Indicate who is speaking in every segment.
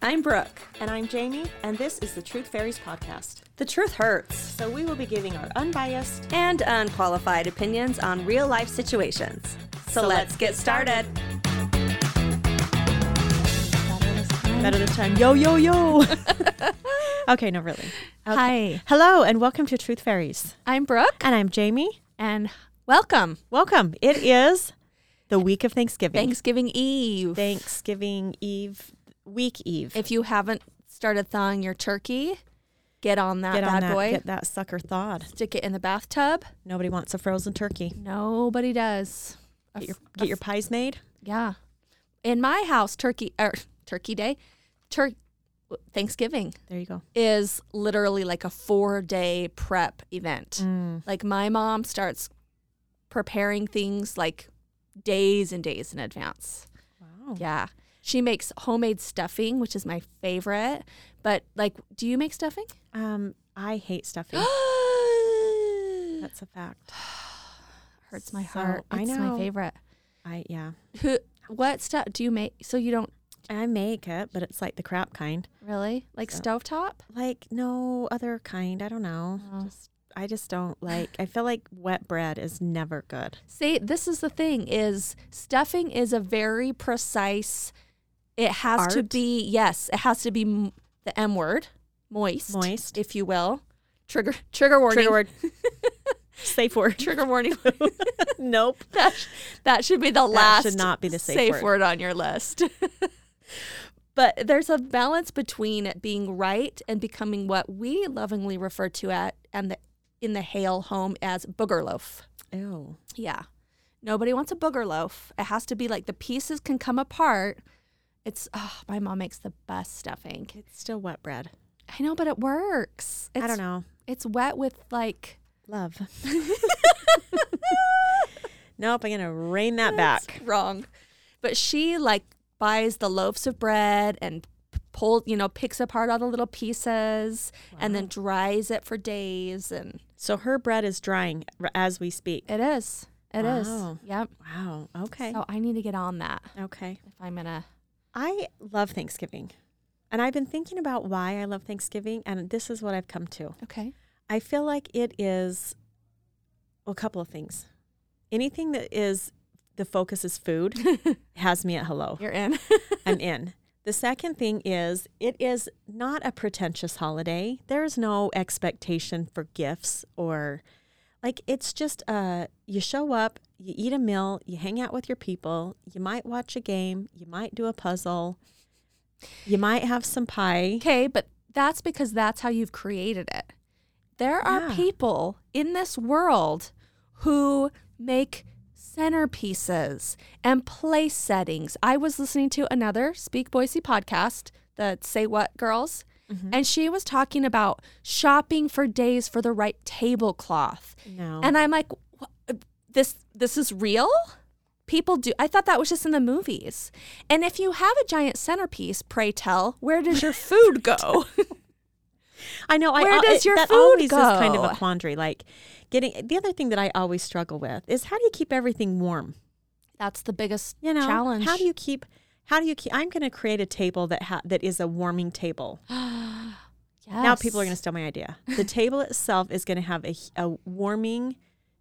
Speaker 1: I'm Brooke.
Speaker 2: And I'm Jamie, and this is the Truth Fairies Podcast.
Speaker 1: The truth hurts.
Speaker 2: So we will be giving our unbiased.
Speaker 1: And unqualified opinions on real life situations. So, let's get started. Mm.
Speaker 2: Better this time.
Speaker 1: Yo, yo, yo.
Speaker 2: Okay, no, really.
Speaker 1: Hi,
Speaker 2: Hello, and welcome to Truth Fairies.
Speaker 1: I'm Brooke,
Speaker 2: And I'm Jamie.
Speaker 1: and welcome.
Speaker 2: Welcome. It is the week of Thanksgiving.
Speaker 1: Thanksgiving Eve.
Speaker 2: Thanksgiving Eve, week Eve.
Speaker 1: If you haven't started thawing your turkey, get on that
Speaker 2: Get on
Speaker 1: bad
Speaker 2: that,
Speaker 1: boy.
Speaker 2: get that sucker thawed.
Speaker 1: Stick it in the bathtub.
Speaker 2: Nobody wants a frozen turkey.
Speaker 1: Nobody does. A
Speaker 2: Get your,
Speaker 1: f- a
Speaker 2: get your pies made.
Speaker 1: Yeah. In my house, turkey or turkey day, tur- Thanksgiving
Speaker 2: There you go.
Speaker 1: is literally like a 4-day prep event. Like my mom starts preparing things like days and days in advance.
Speaker 2: Wow.
Speaker 1: Yeah. She makes homemade stuffing, which is my favorite. But like, do you make stuffing?
Speaker 2: Um, I hate stuffing. That's a fact.
Speaker 1: Hurts my
Speaker 2: So,
Speaker 1: heart.
Speaker 2: I
Speaker 1: It's my
Speaker 2: know.
Speaker 1: favorite.
Speaker 2: I yeah.
Speaker 1: Who what stuff do you make so you don't
Speaker 2: I make it, but it's like the crap kind.
Speaker 1: really like
Speaker 2: So-
Speaker 1: stovetop?
Speaker 2: Like no other kind. I don't know.
Speaker 1: Oh.
Speaker 2: Just I just don't like. I feel like wet bread is never good.
Speaker 1: See, this is the thing is stuffing is a very precise it has to
Speaker 2: Art?
Speaker 1: be yes, it has to be m- the M word, moist,
Speaker 2: Moist.
Speaker 1: if you will. Trigger trigger warning.
Speaker 2: Trigger word. safe word.
Speaker 1: Trigger warning.
Speaker 2: nope.
Speaker 1: that, sh- that should be the last
Speaker 2: should not be the safe word.
Speaker 1: on your list. but there's a balance between it being right and becoming what we lovingly refer to at and the in the Hale home as booger loaf.
Speaker 2: Ew.
Speaker 1: Yeah. Nobody wants a booger loaf. It has to be like the pieces can come apart. It's oh, my mom makes the best stuffing.
Speaker 2: It's still wet bread.
Speaker 1: I know, but it works. It's,
Speaker 2: I don't know.
Speaker 1: It's wet with like
Speaker 2: Love. nope. I'm gonna rein that back.
Speaker 1: wrong. But she like buys the loaves of bread and p- pull, you know, picks apart all the little pieces and then dries it for days and
Speaker 2: So her bread is drying r- as we speak.
Speaker 1: it is. it is.
Speaker 2: Wow.
Speaker 1: Yep.
Speaker 2: Wow. Okay.
Speaker 1: So I need to get on that
Speaker 2: okay.
Speaker 1: if I'm going to
Speaker 2: I love Thanksgiving. And I've been thinking about why I love Thanksgiving, and this is what I've come to.
Speaker 1: Okay.
Speaker 2: I feel like it is well, a couple of things. Anything that is the focus is food has me at hello.
Speaker 1: You're in.
Speaker 2: I'm in. The second thing is it is not a pretentious holiday. There is no expectation for gifts or like it's just uh you show up, you eat a meal, you hang out with your people, you might watch a game, you might do a puzzle, you might have some pie.
Speaker 1: Okay, but that's because that's how you've created it. There are
Speaker 2: Yeah.
Speaker 1: people in this world who make centerpieces and place settings. I was listening to another Speak Boise podcast, the Say What Girls, and she was talking about shopping for days for the right tablecloth.
Speaker 2: No.
Speaker 1: And I'm like, "Wha- this this is real? People do. I thought that was just in the movies. And if you have a giant centerpiece, pray tell, where does your food go?
Speaker 2: I know. I,
Speaker 1: Where
Speaker 2: al-
Speaker 1: does
Speaker 2: it-
Speaker 1: your
Speaker 2: that
Speaker 1: food
Speaker 2: always is kind of
Speaker 1: go?
Speaker 2: a quandary. Like getting the other thing that I always struggle with is how do you keep everything warm?
Speaker 1: That's the biggest
Speaker 2: You know,
Speaker 1: challenge.
Speaker 2: how do you keep? How do you keep? I'm going to create a table that ha- that is a warming table. Now people are going to steal my idea. The table itself is going to have a, h- a warming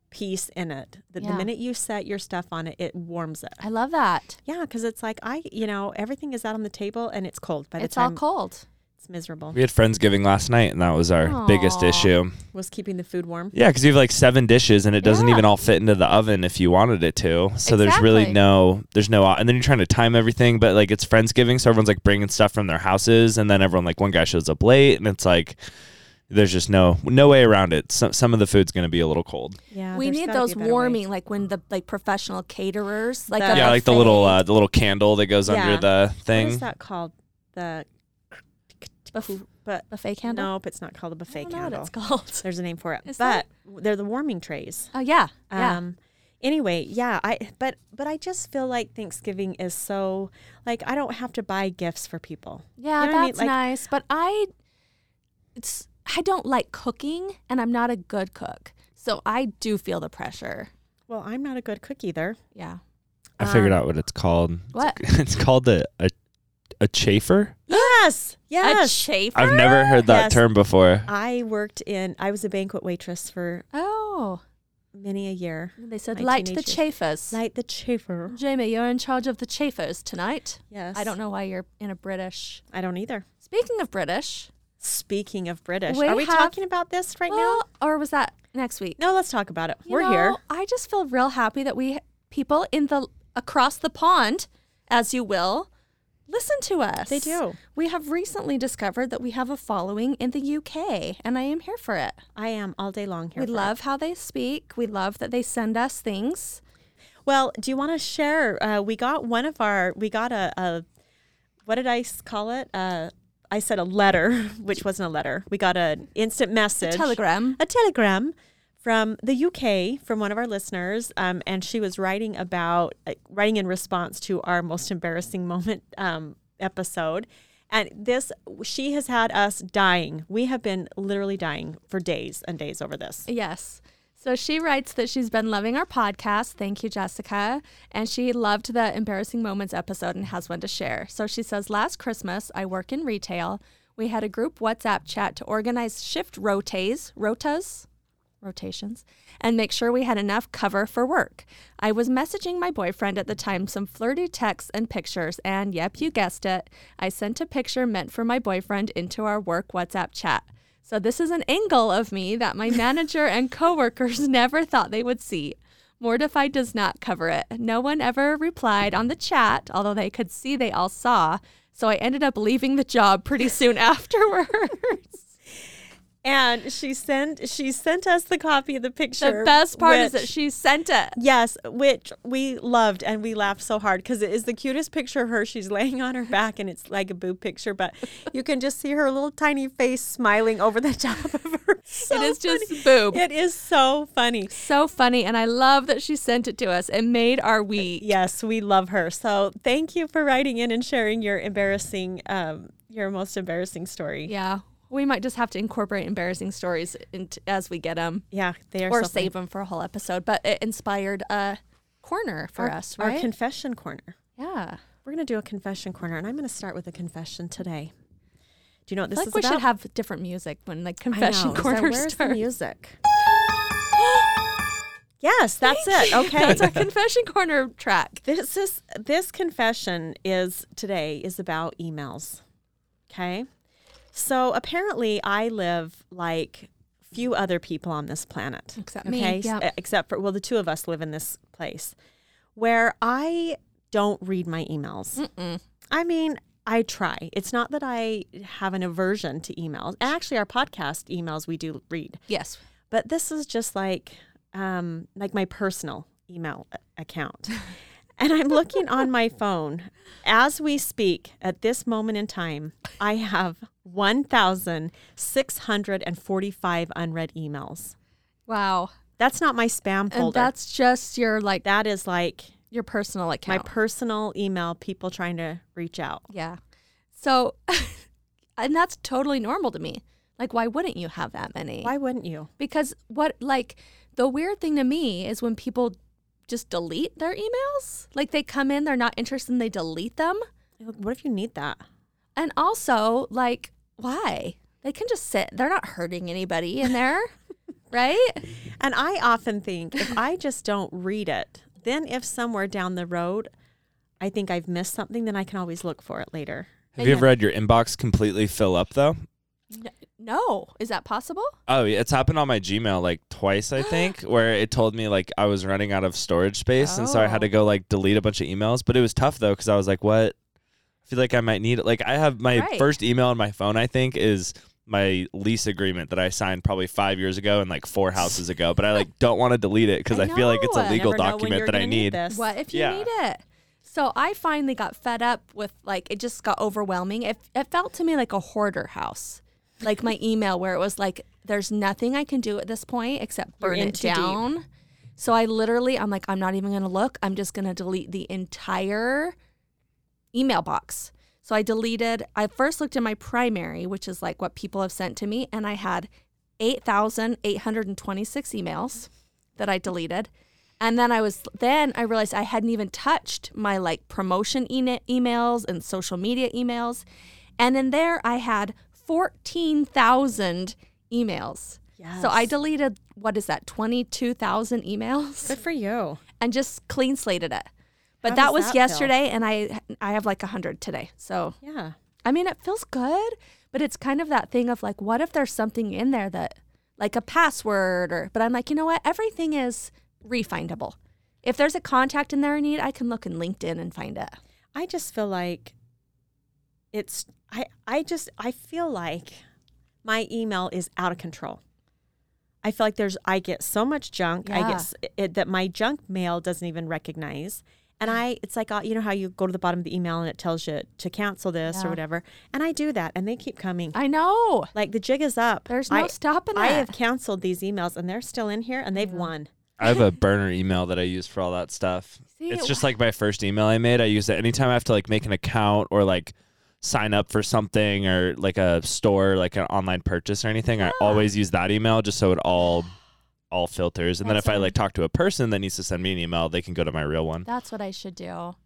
Speaker 2: piece in it. That
Speaker 1: Yeah.
Speaker 2: the minute you set your stuff on it, it warms it.
Speaker 1: I love that.
Speaker 2: Yeah, because it's like I, you know, everything is out on the table and it's cold by the
Speaker 1: It's all
Speaker 2: time
Speaker 1: cold.
Speaker 2: it's miserable.
Speaker 3: We had Friendsgiving last night, and that was our biggest
Speaker 1: Aw.
Speaker 3: issue.
Speaker 2: Was keeping the food warm.
Speaker 3: Yeah, because you have like seven dishes, and it doesn't
Speaker 1: Yeah.
Speaker 3: even all fit into the oven if you wanted it to. So there's
Speaker 1: Exactly.
Speaker 3: really no, there's no, and then you're trying to time everything. But like it's Friendsgiving, so everyone's like bringing stuff from their houses, and then everyone like one guy shows up late, and it's like there's just no no way around it. Some some of the food's gonna be a little cold.
Speaker 2: Yeah,
Speaker 1: we
Speaker 2: there's
Speaker 1: need
Speaker 2: gotta be
Speaker 1: those
Speaker 2: a better way.
Speaker 1: warming, like when the like professional caterers, like
Speaker 2: Yeah,
Speaker 1: a
Speaker 3: yeah, like the
Speaker 1: buffet.
Speaker 3: little uh, the little candle that goes
Speaker 2: Yeah.
Speaker 3: under the
Speaker 2: What
Speaker 3: thing.
Speaker 2: is that called? The
Speaker 3: uh,
Speaker 1: Buff-
Speaker 2: but
Speaker 1: buffet candle.
Speaker 2: nope, it's not called a
Speaker 1: I
Speaker 2: buffet
Speaker 1: don't know what
Speaker 2: candle.
Speaker 1: it's called.
Speaker 2: There's a name for it,
Speaker 1: Is
Speaker 2: but
Speaker 1: that-
Speaker 2: they're the warming trays.
Speaker 1: Oh yeah, yeah.
Speaker 2: Um, anyway, yeah, I but but I just feel like Thanksgiving is so like I don't have to buy gifts for people.
Speaker 1: Yeah,
Speaker 2: you know what I mean?
Speaker 1: that's
Speaker 2: Like-
Speaker 1: nice. But I, it's I don't like cooking, and I'm not a good cook, so I do feel the pressure.
Speaker 2: Well, I'm not a good cook either.
Speaker 1: Yeah.
Speaker 3: I figured out what it's called.
Speaker 1: What?
Speaker 3: It's called a a, a chafer.
Speaker 1: Yeah,
Speaker 2: Yes.
Speaker 1: A
Speaker 2: Yes.
Speaker 1: chafer?
Speaker 3: I've never heard that
Speaker 2: Yes.
Speaker 3: term before.
Speaker 2: I worked in, I was a banquet waitress for
Speaker 1: oh.
Speaker 2: many a year.
Speaker 1: And they said,
Speaker 2: My
Speaker 1: light the
Speaker 2: teenage years.
Speaker 1: chafers.
Speaker 2: Light the chaffer.
Speaker 1: Jamie, you're in charge of the chafers tonight.
Speaker 2: Yes.
Speaker 1: I don't know why you're in a British.
Speaker 2: I don't either.
Speaker 1: Speaking of British,
Speaker 2: Speaking of British,
Speaker 1: We
Speaker 2: are we
Speaker 1: have-
Speaker 2: talking about this right
Speaker 1: well, or was that next week?
Speaker 2: now? No, let's talk about it.
Speaker 1: You
Speaker 2: We're here.
Speaker 1: know, I just feel real happy that we people in the across the pond, as you will, listen to us.
Speaker 2: They do.
Speaker 1: We have recently discovered that we have a following in the UK, and I am here for it.
Speaker 2: I am all day long here.
Speaker 1: we
Speaker 2: for it.
Speaker 1: love how they speak. We love that they send us things.
Speaker 2: Well, do you want to share? Uh, we got one of our, we got a, a what did I s- call it? Uh, I said a letter, which wasn't a letter. We got an instant message,
Speaker 1: telegram.
Speaker 2: a telegram from the UK from one of our listeners, um, and she was writing about uh, writing in response to our most embarrassing moment um, episode. And this, she has had us dying. We have been literally dying for days and days over this.
Speaker 1: Yes. So she writes that she's been loving our podcast. Thank you, Jessica. And she loved the embarrassing moments episode and has one to share. So she says, Last Christmas, I work in retail. We had a group WhatsApp chat to organize shift rotates, rotas, rotations and make sure we had enough cover for work. I was messaging my boyfriend at the time some flirty texts and pictures, and yep, you guessed it. I sent a picture meant for my boyfriend into our work WhatsApp chat. So this is an angle of me that my manager and coworkers never thought they would see. Mortified does not cover it. No one ever replied on the chat, although they could see they all saw. So I ended up leaving the job pretty soon afterwards.
Speaker 2: And she sent she sent us the copy of the picture.
Speaker 1: the best part is
Speaker 2: which-
Speaker 1: that she sent it.
Speaker 2: Yes, which we loved and we laughed so hard because it is the cutest picture of her. She's laying on her back and it's like a boob picture, but you can just see her little tiny face smiling over the top of her. So
Speaker 1: it is just
Speaker 2: funny.
Speaker 1: boob.
Speaker 2: It is so funny.
Speaker 1: so funny, and I love that she sent it to us. It made our week.
Speaker 2: Yes, we love her. So thank you for writing in and sharing your embarrassing, um, your most embarrassing story.
Speaker 1: Yeah, we might just have to incorporate embarrassing stories into, as we get them,
Speaker 2: Yeah, they are
Speaker 1: or
Speaker 2: so funny.
Speaker 1: save them for a whole episode. But it inspired a corner for
Speaker 2: Our-
Speaker 1: us,
Speaker 2: Our
Speaker 1: right?
Speaker 2: confession corner.
Speaker 1: yeah,
Speaker 2: We're going to do a confession corner, and I'm going to start with a confession today. Do you know what this
Speaker 1: I
Speaker 2: is
Speaker 1: think we
Speaker 2: about?
Speaker 1: should have different music when like
Speaker 2: I
Speaker 1: confession
Speaker 2: know. So
Speaker 1: corner
Speaker 2: where's the
Speaker 1: starts.
Speaker 2: music? yes, that's it. Okay.
Speaker 1: That's our confession corner track.
Speaker 2: this is this confession is today is about emails. Okay? So apparently I live like few other people on this planet.
Speaker 1: Except me,
Speaker 2: okay? S-
Speaker 1: yep.
Speaker 2: uh, Except for well the two of us live in this place where I don't read my emails. I mean, I try. It's not that I have an aversion to emails. And actually our podcast emails we do read
Speaker 1: Yes,
Speaker 2: but this is just like um, like my personal email a- account and i'm looking on my phone as we speak at this moment in time i have 1645 unread emails
Speaker 1: wow,
Speaker 2: that's not my spam folder
Speaker 1: and that's just your like
Speaker 2: that is like
Speaker 1: your personal account.
Speaker 2: my personal email people trying to reach out
Speaker 1: Yeah. So, and that's totally normal to me. Like, why wouldn't you have that many?
Speaker 2: why wouldn't you
Speaker 1: Because what, like, the weird thing to me is when people just delete their emails. Like, they come in, they're not interested, and they delete them.
Speaker 2: what if you need that
Speaker 1: And also, like, why? They can just sit. They're not hurting anybody in there, right?
Speaker 2: And I often think if I just don't read it, then if somewhere down the road I think I've missed something, then I can always look for it later.
Speaker 3: Have you ever had your inbox completely fill up though?
Speaker 1: N- No. Is that possible?
Speaker 3: Oh, yeah, it's happened on my Gmail like twice, I think, where it told me like I was running out of storage space, and so I had
Speaker 1: Oh.
Speaker 3: to go like delete a bunch of emails. But it was tough though because I was like, "What? I feel like I might need it." Like I have my
Speaker 1: Right.
Speaker 3: first email on my phone. I think is my lease agreement that I signed probably five years ago and like four houses ago. But I like don't want to delete it because
Speaker 1: I
Speaker 3: I, feel like it's
Speaker 1: know.
Speaker 3: a
Speaker 1: I
Speaker 3: legal
Speaker 2: Never know when
Speaker 3: document
Speaker 2: you're
Speaker 3: that I
Speaker 2: gonna need
Speaker 3: need.
Speaker 2: this.
Speaker 1: What if you
Speaker 3: Yeah.
Speaker 1: need it? So I finally got fed up with like it just got overwhelming. It it felt to me like a hoarder house. Like my email where it was like there's nothing I can do at this point except
Speaker 2: You're
Speaker 1: burn
Speaker 2: in
Speaker 1: it
Speaker 2: too deep.
Speaker 1: down. So I literally I'm like I'm not even going to look. I'm just going to delete the entire email box. So I deleted I first looked in my primary, which is like what people have sent to me and I had 8,826 emails that I deleted. And then I was then I realized I hadn't even touched my like promotion e- emails and social media emails And in there, I had 14,000 emails.
Speaker 2: Yes.
Speaker 1: So I deleted, what is that, 22,000 emails
Speaker 2: Good for you.
Speaker 1: and just clean slated it. But
Speaker 2: How
Speaker 1: that
Speaker 2: does
Speaker 1: was
Speaker 2: that feel?
Speaker 1: yesterday, and I I have like 100 today. So,
Speaker 2: Yeah.
Speaker 1: I mean, it feels good, but it's kind of that thing of like, what if there's something in there that, like a password, or, but I'm like, you know what? Everything is refindable. If there's a contact in there I need, I can look in LinkedIn and find it.
Speaker 2: I just feel like it's I I just I feel like my email is out of control. I feel like there's I get so much junk. I
Speaker 1: Yeah.
Speaker 2: get s- it, that my junk mail doesn't even recognize.
Speaker 1: Mm.
Speaker 2: And I it's like uh, you know how you go to the bottom of the email and it tells you to cancel this
Speaker 1: Yeah.
Speaker 2: or whatever. And I do that and they keep coming.
Speaker 1: I know.
Speaker 2: like the jig is up.
Speaker 1: There's no
Speaker 2: I,
Speaker 1: stopping
Speaker 2: I
Speaker 1: it.
Speaker 2: have canceled these emails and they're still in here and they've won.
Speaker 3: I have a burner email that I use for all that stuff.
Speaker 1: See,
Speaker 3: it's
Speaker 1: it-
Speaker 3: just like my first email I made. I use it anytime I have to like make an account or like sign up for something or like a store, like an online purchase or anything. I always use that email just so it all all filters. And then if I like talk to a person that needs to send me an email, they can go to my real one.
Speaker 1: That's what I should do.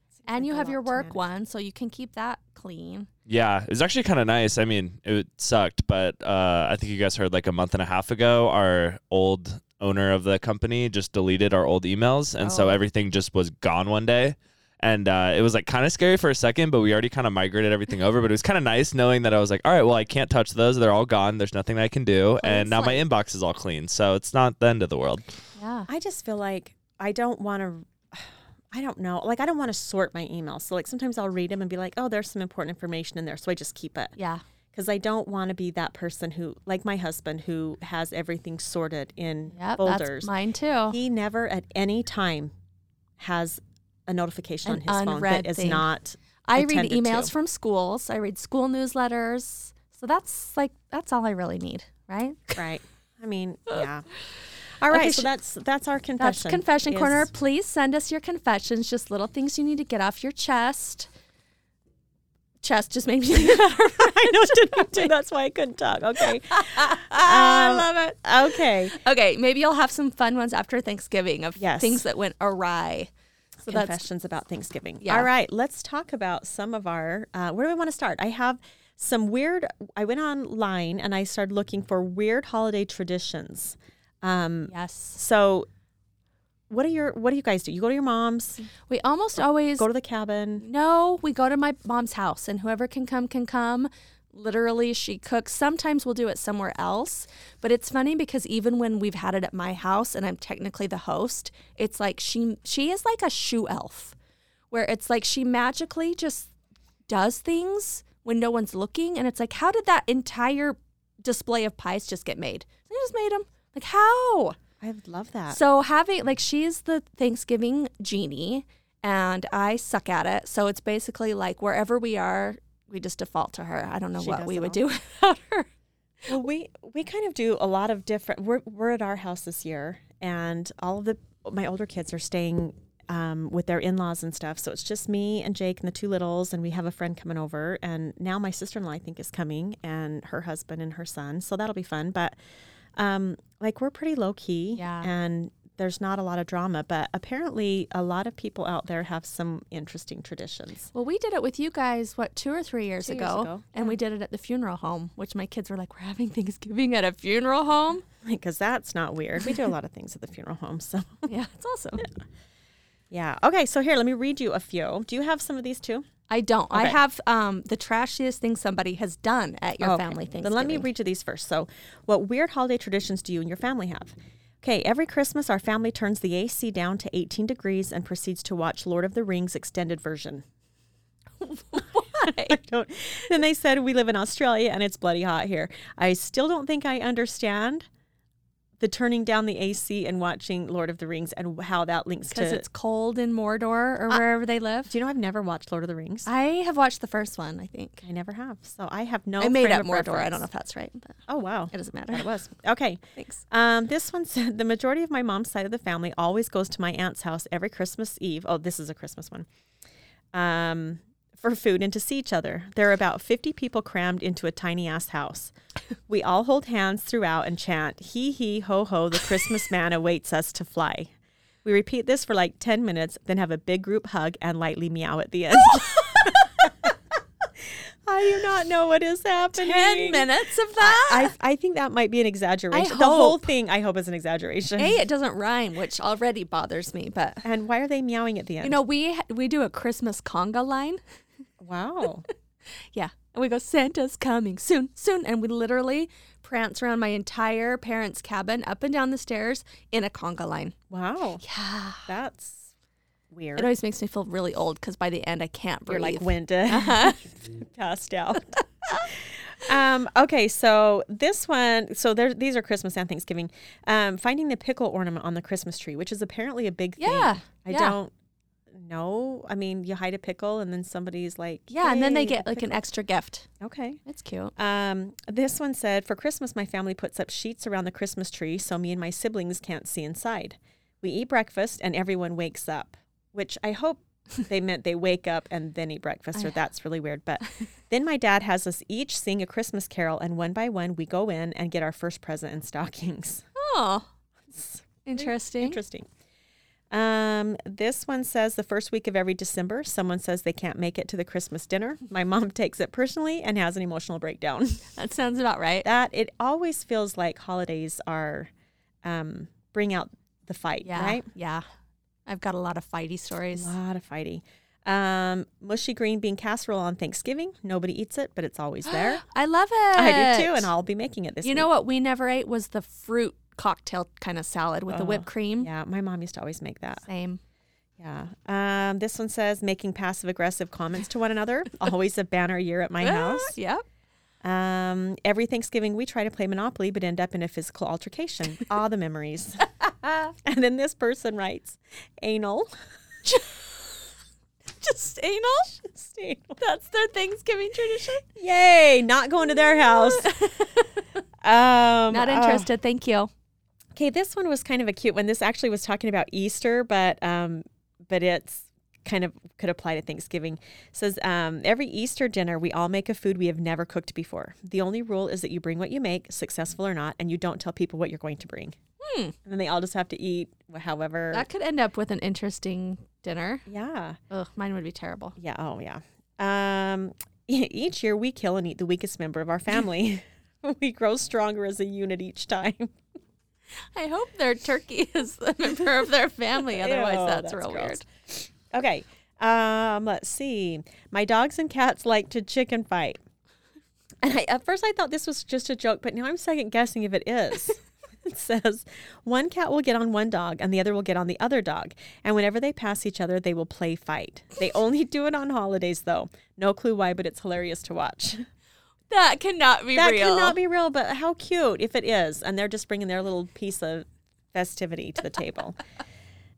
Speaker 2: Seems
Speaker 1: And
Speaker 2: like
Speaker 1: you
Speaker 2: a
Speaker 1: have your
Speaker 2: lot to
Speaker 1: work
Speaker 2: manage.
Speaker 1: one, so you can keep that clean.
Speaker 3: Yeah, it was actually kind of nice. I mean, it sucked, but uh, I think you guys heard like a month and a half ago, our old owner of the company just deleted our old emails. And so
Speaker 1: Oh.
Speaker 3: everything just was gone one day. And uh, it was like kind of scary for a second, but we already kind of migrated everything over. But it was kind of nice knowing that I was like, all right, well, I can't touch those. They're all gone. There's nothing I can do.
Speaker 1: Clean
Speaker 3: and now my
Speaker 1: slate.
Speaker 3: inbox is all clean. So it's not the end of the world.
Speaker 1: Yeah.
Speaker 2: I just feel like I don't want to. I don't know. Like I don't want to sort my emails. So like sometimes I'll read them and be like, "Oh, there's some important information in there," so I just keep it
Speaker 1: Yeah.
Speaker 2: because I don't want to be that person who, like my husband, who has everything sorted in
Speaker 1: Yep.
Speaker 2: folders.
Speaker 1: That's mine too.
Speaker 2: he never at any time has a notification
Speaker 1: An
Speaker 2: on his phone that
Speaker 1: unread
Speaker 2: is
Speaker 1: thing.
Speaker 2: not.
Speaker 1: I read
Speaker 2: attended
Speaker 1: emails
Speaker 2: to.
Speaker 1: from schools. I read school newsletters. So that's like that's all I really need, right?
Speaker 2: right. I mean, yeah. All right.
Speaker 1: Okay,
Speaker 2: so
Speaker 1: sh-
Speaker 2: that's that's our confession.
Speaker 1: That's confession
Speaker 2: is-
Speaker 1: corner. Please send us your confessions, just little things you need to get off your chest. Chest just made me think of that.
Speaker 2: I know it didn't do. That's why I couldn't talk. Okay.
Speaker 1: I
Speaker 2: Um,
Speaker 1: love it.
Speaker 2: Okay.
Speaker 1: Okay, maybe you'll have some fun ones after Thanksgiving of
Speaker 2: Yes.
Speaker 1: things that went awry. So that's
Speaker 2: confessions about Thanksgiving.
Speaker 1: Yeah.
Speaker 2: All right, let's talk about some of our. Uh, where do we want to start? I have some weird. I went online and I started looking for weird holiday traditions. Um,
Speaker 1: yes.
Speaker 2: so, what are your? What do you guys do? You go to your mom's.
Speaker 1: We almost always
Speaker 2: Go to the cabin.
Speaker 1: No, we go to my mom's house, and whoever can come can come. Literally, she cooks. Sometimes we'll do it somewhere else, but it's funny because even when we've had it at my house, and I'm technically the host, it's like she she is like a shoe elf, where it's like she magically just does things when no one's looking, and it's like, how did that entire display of pies just get made? They just made them. Like how?
Speaker 2: I love that.
Speaker 1: So having like she's the Thanksgiving genie and I suck at it. So it's basically like wherever we are, we just default to her. I don't know
Speaker 2: She
Speaker 1: what
Speaker 2: does
Speaker 1: we
Speaker 2: it
Speaker 1: would do
Speaker 2: all.
Speaker 1: without her.
Speaker 2: Well, we we kind of do a lot of different. We're we're at our house this year, and all of the my older kids are staying um, with their in laws and stuff. So it's just me and Jake and the two littles, and we have a friend coming over. And now my sister in law I think is coming, and her husband and her son. So that'll be fun. But um, like we're pretty low key,
Speaker 1: Yeah.
Speaker 2: and there's not a lot of drama. But apparently, a lot of people out there have some interesting traditions.
Speaker 1: Well, we did it with you guys what two or three years
Speaker 2: Two years
Speaker 1: ago,
Speaker 2: ago,
Speaker 1: and we did it at the funeral home, which my kids were like, "We're having Thanksgiving at a funeral home."
Speaker 2: Because that's not weird. We do a lot of things at the funeral home, so.
Speaker 1: yeah, it's awesome.
Speaker 2: Yeah. Okay. So here, let me read you a few. Do you have some of these too?
Speaker 1: I don't. I
Speaker 2: Okay.
Speaker 1: have um, the trashiest thing somebody has done at your family Thanksgiving.
Speaker 2: Oh, Then let me read you these first. So, what weird holiday traditions do you and your family have? Okay. Every Christmas, our family turns the AC down to 18 degrees and proceeds to watch Lord of the Rings extended version. I don't. Then they said we live in Australia and it's bloody hot here. I still don't think I understand the turning down the AC and watching Lord of the Rings and how that links
Speaker 1: because
Speaker 2: to.
Speaker 1: it's cold in Mordor or wherever they live.
Speaker 2: do you know I've never watched Lord of the Rings?
Speaker 1: I have watched the first one. I think.
Speaker 2: I never have. So I have no.
Speaker 1: I made
Speaker 2: frame
Speaker 1: up
Speaker 2: of
Speaker 1: Mordor. I
Speaker 2: reference.
Speaker 1: don't know if that's right, but
Speaker 2: Oh wow.
Speaker 1: it doesn't matter.
Speaker 2: It was. Okay.
Speaker 1: Thanks.
Speaker 2: Um, this one said the majority of my mom's side of the family always goes to my aunt's house every Christmas Eve. Oh, this is a Christmas one. Um, for food and to see each other. There are about 50 people crammed into a tiny ass house. We all hold hands throughout and chant, hee hee ho ho, the Christmas man awaits us to fly. We repeat this for like 10 minutes, then have a big group hug and lightly meow at the end. I do not know what is happening.
Speaker 1: 10 minutes of
Speaker 2: I,
Speaker 1: that?
Speaker 2: I think that might be an exaggeration.
Speaker 1: I
Speaker 2: The whole
Speaker 1: hope.
Speaker 2: thing, I hope, is an exaggeration.
Speaker 1: A, it doesn't rhyme, which already bothers me, but
Speaker 2: And why are they meowing at the end?
Speaker 1: you know, we we do a Christmas conga line.
Speaker 2: wow.
Speaker 1: Yeah. And we go, Santa's coming soon, soon. And we literally prance around my entire parents' cabin up and down the stairs in a conga line.
Speaker 2: wow.
Speaker 1: Yeah.
Speaker 2: That's weird.
Speaker 1: It always makes me feel really old because by the end I can't
Speaker 2: You're
Speaker 1: breathe.
Speaker 2: like winded, passed out. um, okay, so this one, so there, these are Christmas and Thanksgiving. Um, finding the pickle ornament on the Christmas tree, which is apparently a big thing.
Speaker 1: Yeah,
Speaker 2: I
Speaker 1: yeah.
Speaker 2: don't know. I mean, you hide a pickle, and then somebody's like,
Speaker 1: yeah, and then they
Speaker 2: "Yay, the
Speaker 1: get like an
Speaker 2: pickle."
Speaker 1: extra gift.
Speaker 2: okay.
Speaker 1: That's cute.
Speaker 2: Um, this one said, For Christmas, my family puts up sheets around the Christmas tree so me and my siblings can't see inside. We eat breakfast and everyone wakes up, which I hope they meant they wake up and then eat breakfast, or that's really weird. But then my dad has us each sing a Christmas carol, and one by one, we go in and get our first present and stockings.
Speaker 1: Oh, interesting.
Speaker 2: Interesting. Um, this one says the first week of every December, someone says they can't make it to the Christmas dinner. My mom takes it personally and has an emotional breakdown.
Speaker 1: That sounds about right.
Speaker 2: that it always feels like holidays are um, bring out the fight,
Speaker 1: yeah.
Speaker 2: right?
Speaker 1: Yeah. I've got a lot of fighty stories.
Speaker 2: A lot of fighting. Um, mushy green bean casserole on Thanksgiving. Nobody eats it, but it's always there.
Speaker 1: I love it.
Speaker 2: I do too, and I'll be making it this
Speaker 1: You know what we never ate was the fruit cocktail kind of salad with the whipped cream.
Speaker 2: week. Oh, Yeah, my mom used to always make that.
Speaker 1: Same.
Speaker 2: Yeah. Um, this one says making passive aggressive comments to one another. always a banner year at my house.
Speaker 1: Ah, Yep.
Speaker 2: Um, every Thanksgiving, we try to play Monopoly, but end up in a physical altercation. All the memories. and then this person writes, anal.
Speaker 1: Just anal? That's their Thanksgiving tradition?
Speaker 2: Yay! Not going to their house. um,
Speaker 1: Not interested. Thank you.
Speaker 2: okay, this one was kind of a cute one. This actually was talking about Easter, but um, but it's kind of could apply to Thanksgiving. It says um, every Easter dinner, we all make a food we have never cooked before. The only rule is that you bring what you make, successful or not, and you don't tell people what you're going to bring.
Speaker 1: Hmm.
Speaker 2: And then they all just have to eat, wh- however.
Speaker 1: That could end up with an interesting dinner.
Speaker 2: yeah.
Speaker 1: Ugh, mine would be terrible.
Speaker 2: Yeah. Oh, yeah. Um, e- each year we kill and eat the weakest member of our family. we grow stronger as a unit each time.
Speaker 1: I hope their turkey is a member of their family. Otherwise,
Speaker 2: Ew,
Speaker 1: that's,
Speaker 2: that's
Speaker 1: real
Speaker 2: gross.
Speaker 1: weird.
Speaker 2: Okay. Um, let's see. My dogs and cats like to chicken fight. And I, at first I thought this was just a joke, but now I'm second guessing if it is. it says one cat will get on one dog and the other will get on the other dog. And whenever they pass each other, they will play fight. They only do it on holidays, though. No clue why, but it's hilarious to watch.
Speaker 1: That cannot be
Speaker 2: That
Speaker 1: real.
Speaker 2: cannot be real, but how cute if it is. And they're just bringing their little piece of festivity to the table.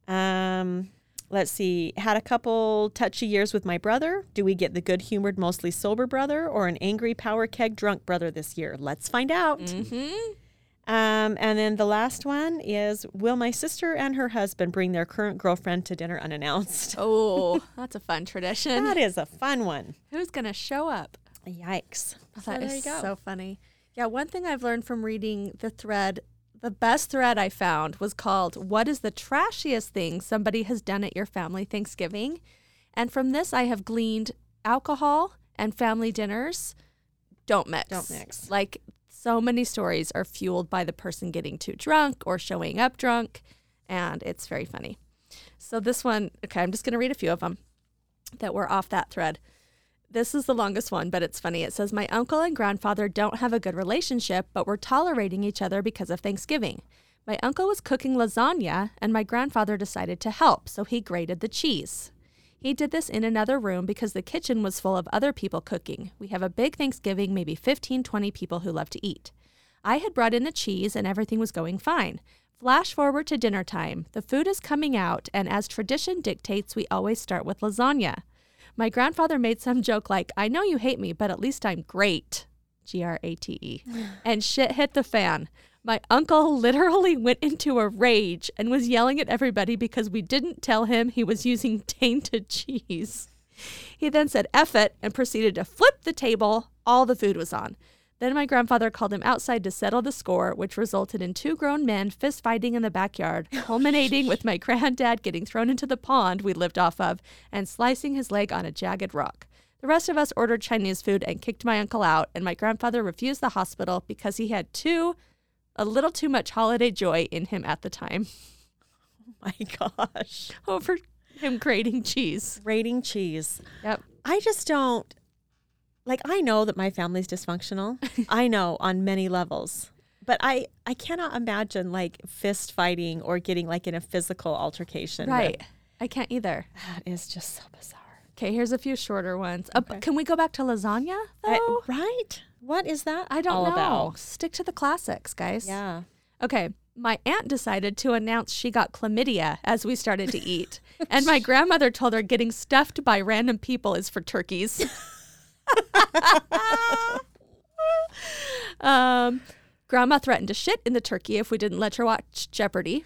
Speaker 2: um, let's see. Had a couple touchy years with my brother. Do we get the good humored, mostly sober brother or an angry power keg drunk brother this year? Let's find out.
Speaker 1: Mhm.
Speaker 2: Um, and then the last one is Will my sister and her husband bring their current girlfriend to dinner unannounced?
Speaker 1: Oh, that's a fun tradition.
Speaker 2: That is a fun one.
Speaker 1: Who's going to show up?
Speaker 2: Yikes.
Speaker 1: That
Speaker 2: there
Speaker 1: is
Speaker 2: you go.
Speaker 1: so funny. Yeah, one thing I've learned from reading the thread, the best thread I found was called What is the Trashiest Thing Somebody Has Done at Your Family Thanksgiving? And from this, I have gleaned alcohol and family dinners don't mix.
Speaker 2: Don't mix.
Speaker 1: Like so many stories are fueled by the person getting too drunk or showing up drunk, and it's very funny. So this one, okay, I'm just going to read a few of them that were off that thread. This is the longest one, but it's funny. It says, My uncle and grandfather don't have a good relationship, but we're tolerating each other because of Thanksgiving. My uncle was cooking lasagna, and my grandfather decided to help, so he grated the cheese. He did this in another room because the kitchen was full of other people cooking. We have a big Thanksgiving, maybe 15, 20 people who love to eat. I had brought in the cheese and everything was going fine. Flash forward to dinner time. The food is coming out, and as tradition dictates, we always start with lasagna. My grandfather made some joke like, I know you hate me, but at least I'm great. G R A T E. And shit hit the fan. My uncle literally went into a rage and was yelling at everybody because we didn't tell him he was using tainted cheese. He then said, F it, and proceeded to flip the table. All the food was on. Then my grandfather called him outside to settle the score, which resulted in two grown men fist fighting in the backyard, culminating with my granddad getting thrown into the pond we lived off of and slicing his leg on a jagged rock. The rest of us ordered Chinese food and kicked my uncle out, and my grandfather refused the hospital because he had too a little too much holiday joy in him at the time
Speaker 2: My gosh.
Speaker 1: over him grating cheese.
Speaker 2: Rating cheese.
Speaker 1: Yep.
Speaker 2: I just don't like I know that my family's dysfunctional. I know on many levels. But I I cannot imagine like fist fighting or getting like in a physical altercation. with-
Speaker 1: Right. I can't either.
Speaker 2: That is just so bizarre.
Speaker 1: Okay, here's a few shorter ones. Uh, Can we go back to lasagna
Speaker 2: I-
Speaker 1: though?
Speaker 2: right? What is that?
Speaker 1: Oh. I don't
Speaker 2: all
Speaker 1: know.
Speaker 2: About?
Speaker 1: Stick to the classics, guys.
Speaker 2: Yeah.
Speaker 1: Okay. My aunt decided to announce she got chlamydia as we started to eat. and my grandmother told her getting stuffed by random people is for turkeys. um, grandma threatened to shit in the turkey if we didn't let her watch Jeopardy.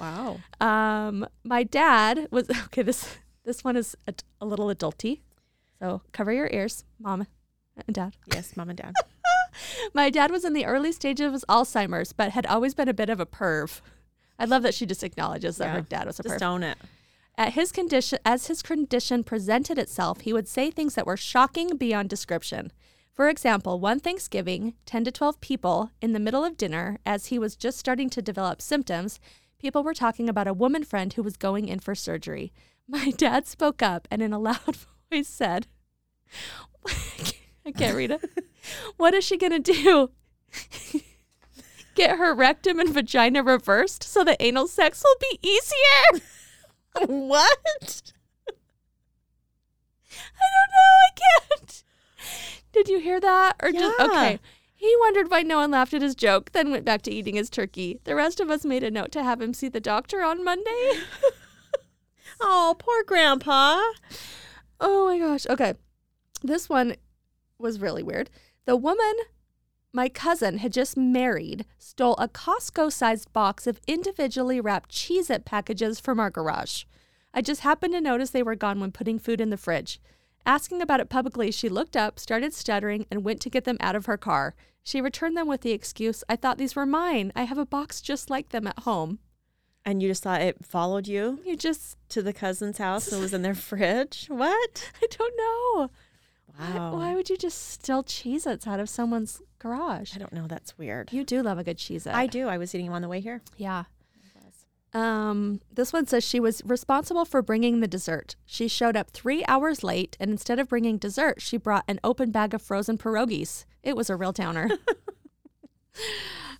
Speaker 2: Wow.
Speaker 1: Um, my dad was okay. This this one is a, a little adulty, so cover your ears, mom and dad.
Speaker 2: Yes, mom and dad.
Speaker 1: My dad was in the early stages of his Alzheimer's, but had always been a bit of a perv. I love that she just acknowledges that her
Speaker 2: Yeah.
Speaker 1: dad was a
Speaker 2: Just
Speaker 1: perv.
Speaker 2: own it.
Speaker 1: At his condition, as his condition presented itself, he would say things that were shocking beyond description. For example, one Thanksgiving, 10 to 12 people in the middle of dinner, as he was just starting to develop symptoms, people were talking about a woman friend who was going in for surgery. My dad spoke up and in a loud voice said, I can't read it. What is she going to do? Get her rectum and vagina reversed so the anal sex will be easier?
Speaker 2: what?
Speaker 1: I don't know. I can't. Did you hear that? Or just
Speaker 2: Yeah.
Speaker 1: okay. He wondered why no one laughed at his joke, then went back to eating his turkey. The rest of us made a note to have him see the doctor on Monday.
Speaker 2: Oh, poor grandpa.
Speaker 1: oh my gosh. Okay. This one was really weird. The woman my cousin had just married stole a Costco sized box of individually wrapped Cheez It packages from our garage. I just happened to notice they were gone when putting food in the fridge. Asking about it publicly, she looked up, started stuttering, and went to get them out of her car. She returned them with the excuse, I thought these were mine. I have a box just like them at home.
Speaker 2: And you just thought it followed you
Speaker 1: You just,
Speaker 2: to the cousin's house and was in their fridge. What?
Speaker 1: I don't know. Why-
Speaker 2: Wow.
Speaker 1: Why would you just steal Cheez Its out of someone's garage?
Speaker 2: I don't know. That's weird.
Speaker 1: You do love a good Cheez It.
Speaker 2: I do. I was eating them on the way here.
Speaker 1: Yeah. Um, this one says she was responsible for bringing the dessert. She showed up three hours late, and instead of bringing dessert, she brought an open bag of frozen pierogies. It was a real downer.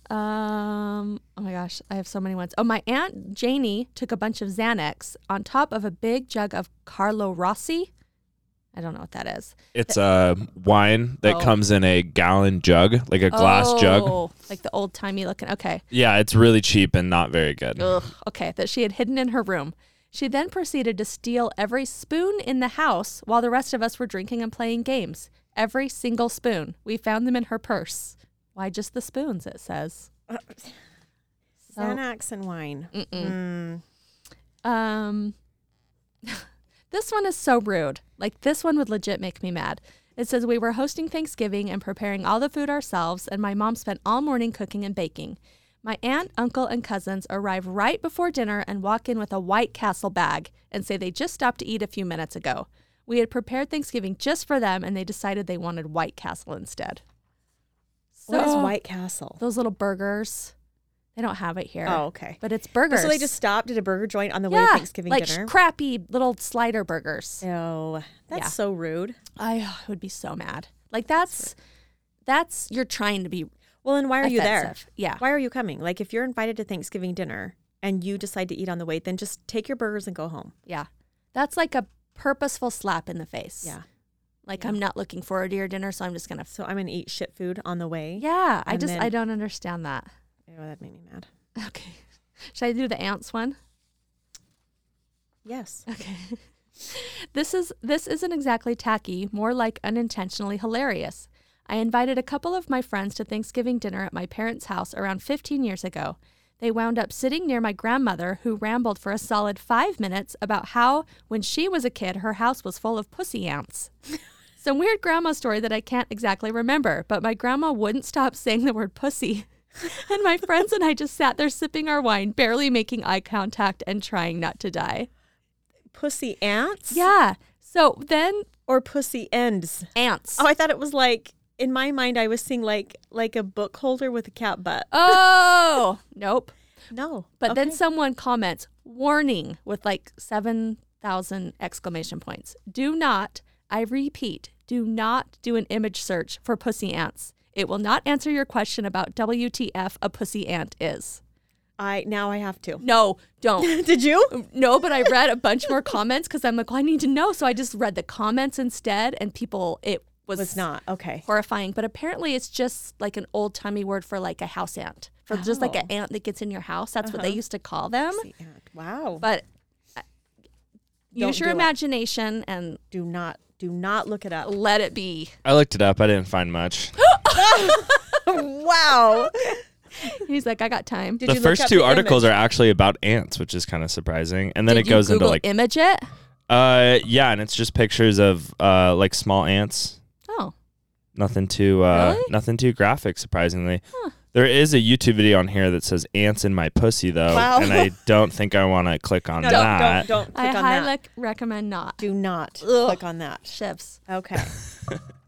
Speaker 1: um, oh my gosh, I have so many ones. Oh, my aunt Janie took a bunch of Xanax on top of a big jug of Carlo Rossi. I don't know what that is.
Speaker 3: It's a wine that
Speaker 1: Oh.
Speaker 3: comes in a gallon jug, like a glass jug.
Speaker 1: Oh, like the old timey looking. Okay.
Speaker 3: Yeah, it's really cheap and not very good.
Speaker 1: Ugh, okay, that she had hidden in her room. She then proceeded to steal every spoon in the house while the rest of us were drinking and playing games. Every single spoon. We found them in her purse. Why just the spoons, it says. So-
Speaker 2: Xanax and wine. Oh. Mm.
Speaker 1: Um, this one is so rude. Like, this one would legit make me mad. It says, We were hosting Thanksgiving and preparing all the food ourselves, and my mom spent all morning cooking and baking. My aunt, uncle, and cousins arrive right before dinner and walk in with a White Castle bag and say they just stopped to eat a few minutes ago. We had prepared Thanksgiving just for them, and they decided they wanted White Castle instead. So,
Speaker 2: what is White Castle?
Speaker 1: Those little burgers. They don't have it here.
Speaker 2: Oh, okay.
Speaker 1: But it's burgers.
Speaker 2: So they just stopped at a burger joint on the way to Thanksgiving
Speaker 1: like
Speaker 2: dinner.
Speaker 1: sh- crappy little slider burgers.
Speaker 2: Oh, that's
Speaker 1: Yeah.
Speaker 2: so rude.
Speaker 1: I would be so mad. Like that's that's you're trying to be.
Speaker 2: Well, and why are you there?
Speaker 1: Offensive. Yeah.
Speaker 2: Why are you coming? Like, if you're invited to Thanksgiving dinner and you decide to eat on the way, then just take your burgers and go home.
Speaker 1: Yeah, that's like a purposeful slap in the face.
Speaker 2: Yeah.
Speaker 1: Like I'm not looking forward to your dinner, so I'm just gonna. F-
Speaker 2: So I'm going to eat shit food on the way.
Speaker 1: yeah, I
Speaker 2: And
Speaker 1: just
Speaker 2: then-
Speaker 1: I don't understand that.
Speaker 2: Oh, that made me mad.
Speaker 1: Okay. Should I do the ants one?
Speaker 2: Yes.
Speaker 1: Okay. this is this isn't exactly tacky, more like unintentionally hilarious. I invited a couple of my friends to Thanksgiving dinner at my parents' house around 15 years ago. They wound up sitting near my grandmother, who rambled for a solid five minutes about how, when she was a kid, her house was full of pussy ants. Some weird grandma story that I can't exactly remember, but my grandma wouldn't stop saying the word pussy. And my friends and I just sat there sipping our wine, barely making eye contact and trying not to die.
Speaker 2: Pussy ants?
Speaker 1: Yeah. So then
Speaker 2: or pussy ends.
Speaker 1: ants.
Speaker 2: Oh, I thought it was like in my mind I was seeing like like a book holder with a cat butt.
Speaker 1: Oh, nope.
Speaker 2: No.
Speaker 1: But then
Speaker 2: Okay.
Speaker 1: someone comments, warning with like 7,000 exclamation points. Do not, I repeat, do not do an image search for pussy ants. It will not answer your question about WTF a pussy ant is.
Speaker 2: I now I have to.
Speaker 1: No, don't.
Speaker 2: Did you?
Speaker 1: No, but I read a bunch more comments because I'm like, well, I need to know. So I just read the comments instead, and people, it was,
Speaker 2: Was not. Okay.
Speaker 1: horrifying. But apparently, it's just like an old timey word for like a house ant, for just like an
Speaker 2: Oh.
Speaker 1: ant that gets in your house. That's what they used to call them.
Speaker 2: Pussy ant. Wow.
Speaker 1: But uh, use
Speaker 2: Don't
Speaker 1: your
Speaker 2: do it.
Speaker 1: imagination and
Speaker 2: do not do not look it up.
Speaker 1: let it be.
Speaker 3: I looked it up. I didn't find much.
Speaker 2: wow.
Speaker 1: He's like, I got time. Did
Speaker 3: the
Speaker 2: you look
Speaker 3: first
Speaker 2: up
Speaker 3: two
Speaker 2: the
Speaker 3: articles
Speaker 2: image?
Speaker 3: are actually about ants, which is kind of surprising. And then
Speaker 1: did
Speaker 3: it goes
Speaker 1: you Google
Speaker 3: into like,
Speaker 1: image it.
Speaker 3: uh, yeah, and it's just pictures of uh, like small ants.
Speaker 1: Oh,
Speaker 3: Nothing too, uh,
Speaker 1: Really?
Speaker 3: nothing too graphic. Surprisingly, there is a YouTube video on here that says "ants in my pussy" though,
Speaker 2: Wow.
Speaker 3: and I don't think I want to click on
Speaker 2: No, don't,
Speaker 3: that.
Speaker 2: don't don't click
Speaker 1: I
Speaker 2: on
Speaker 1: highly
Speaker 2: that.
Speaker 1: recommend not.
Speaker 2: Do not
Speaker 1: Ugh.
Speaker 2: click on that.
Speaker 1: Shifts.
Speaker 2: Okay.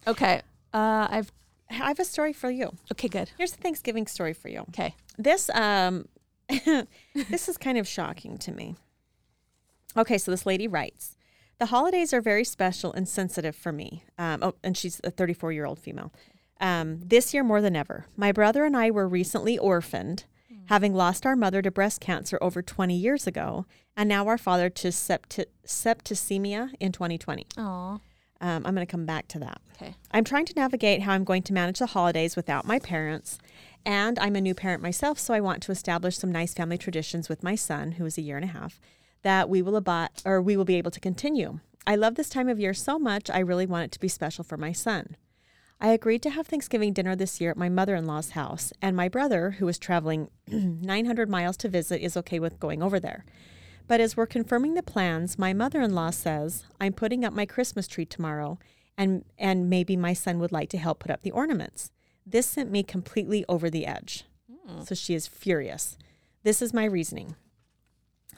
Speaker 1: Okay. Uh, I've
Speaker 2: I have a story for you.
Speaker 1: okay. Good.
Speaker 2: Here's a Thanksgiving story for you.
Speaker 1: Okay.
Speaker 2: This um this is kind of shocking to me. Okay, so this lady writes, the holidays are very special and sensitive for me. Um, oh, and she's a 34 year old female. Um, this year more than ever, my brother and I were recently orphaned, having lost our mother to breast cancer over 20 years ago, and now our father to septi- septicemia in 2020.
Speaker 1: Oh.
Speaker 2: Um, I'm going to come back to that.
Speaker 1: Okay.
Speaker 2: I'm trying to navigate how I'm going to manage the holidays without my parents, and I'm a new parent myself, so I want to establish some nice family traditions with my son, who is a year and a half, that we will abide or we will be able to continue. I love this time of year so much. I really want it to be special for my son. I agreed to have Thanksgiving dinner this year at my mother in law's house, and my brother, who is traveling 900 miles to visit, is okay with going over there. But as we're confirming the plans, my mother in law says, I'm putting up my Christmas tree tomorrow, and, and maybe my son would like to help put up the ornaments. This sent me completely over the edge. So she is furious. This is my reasoning.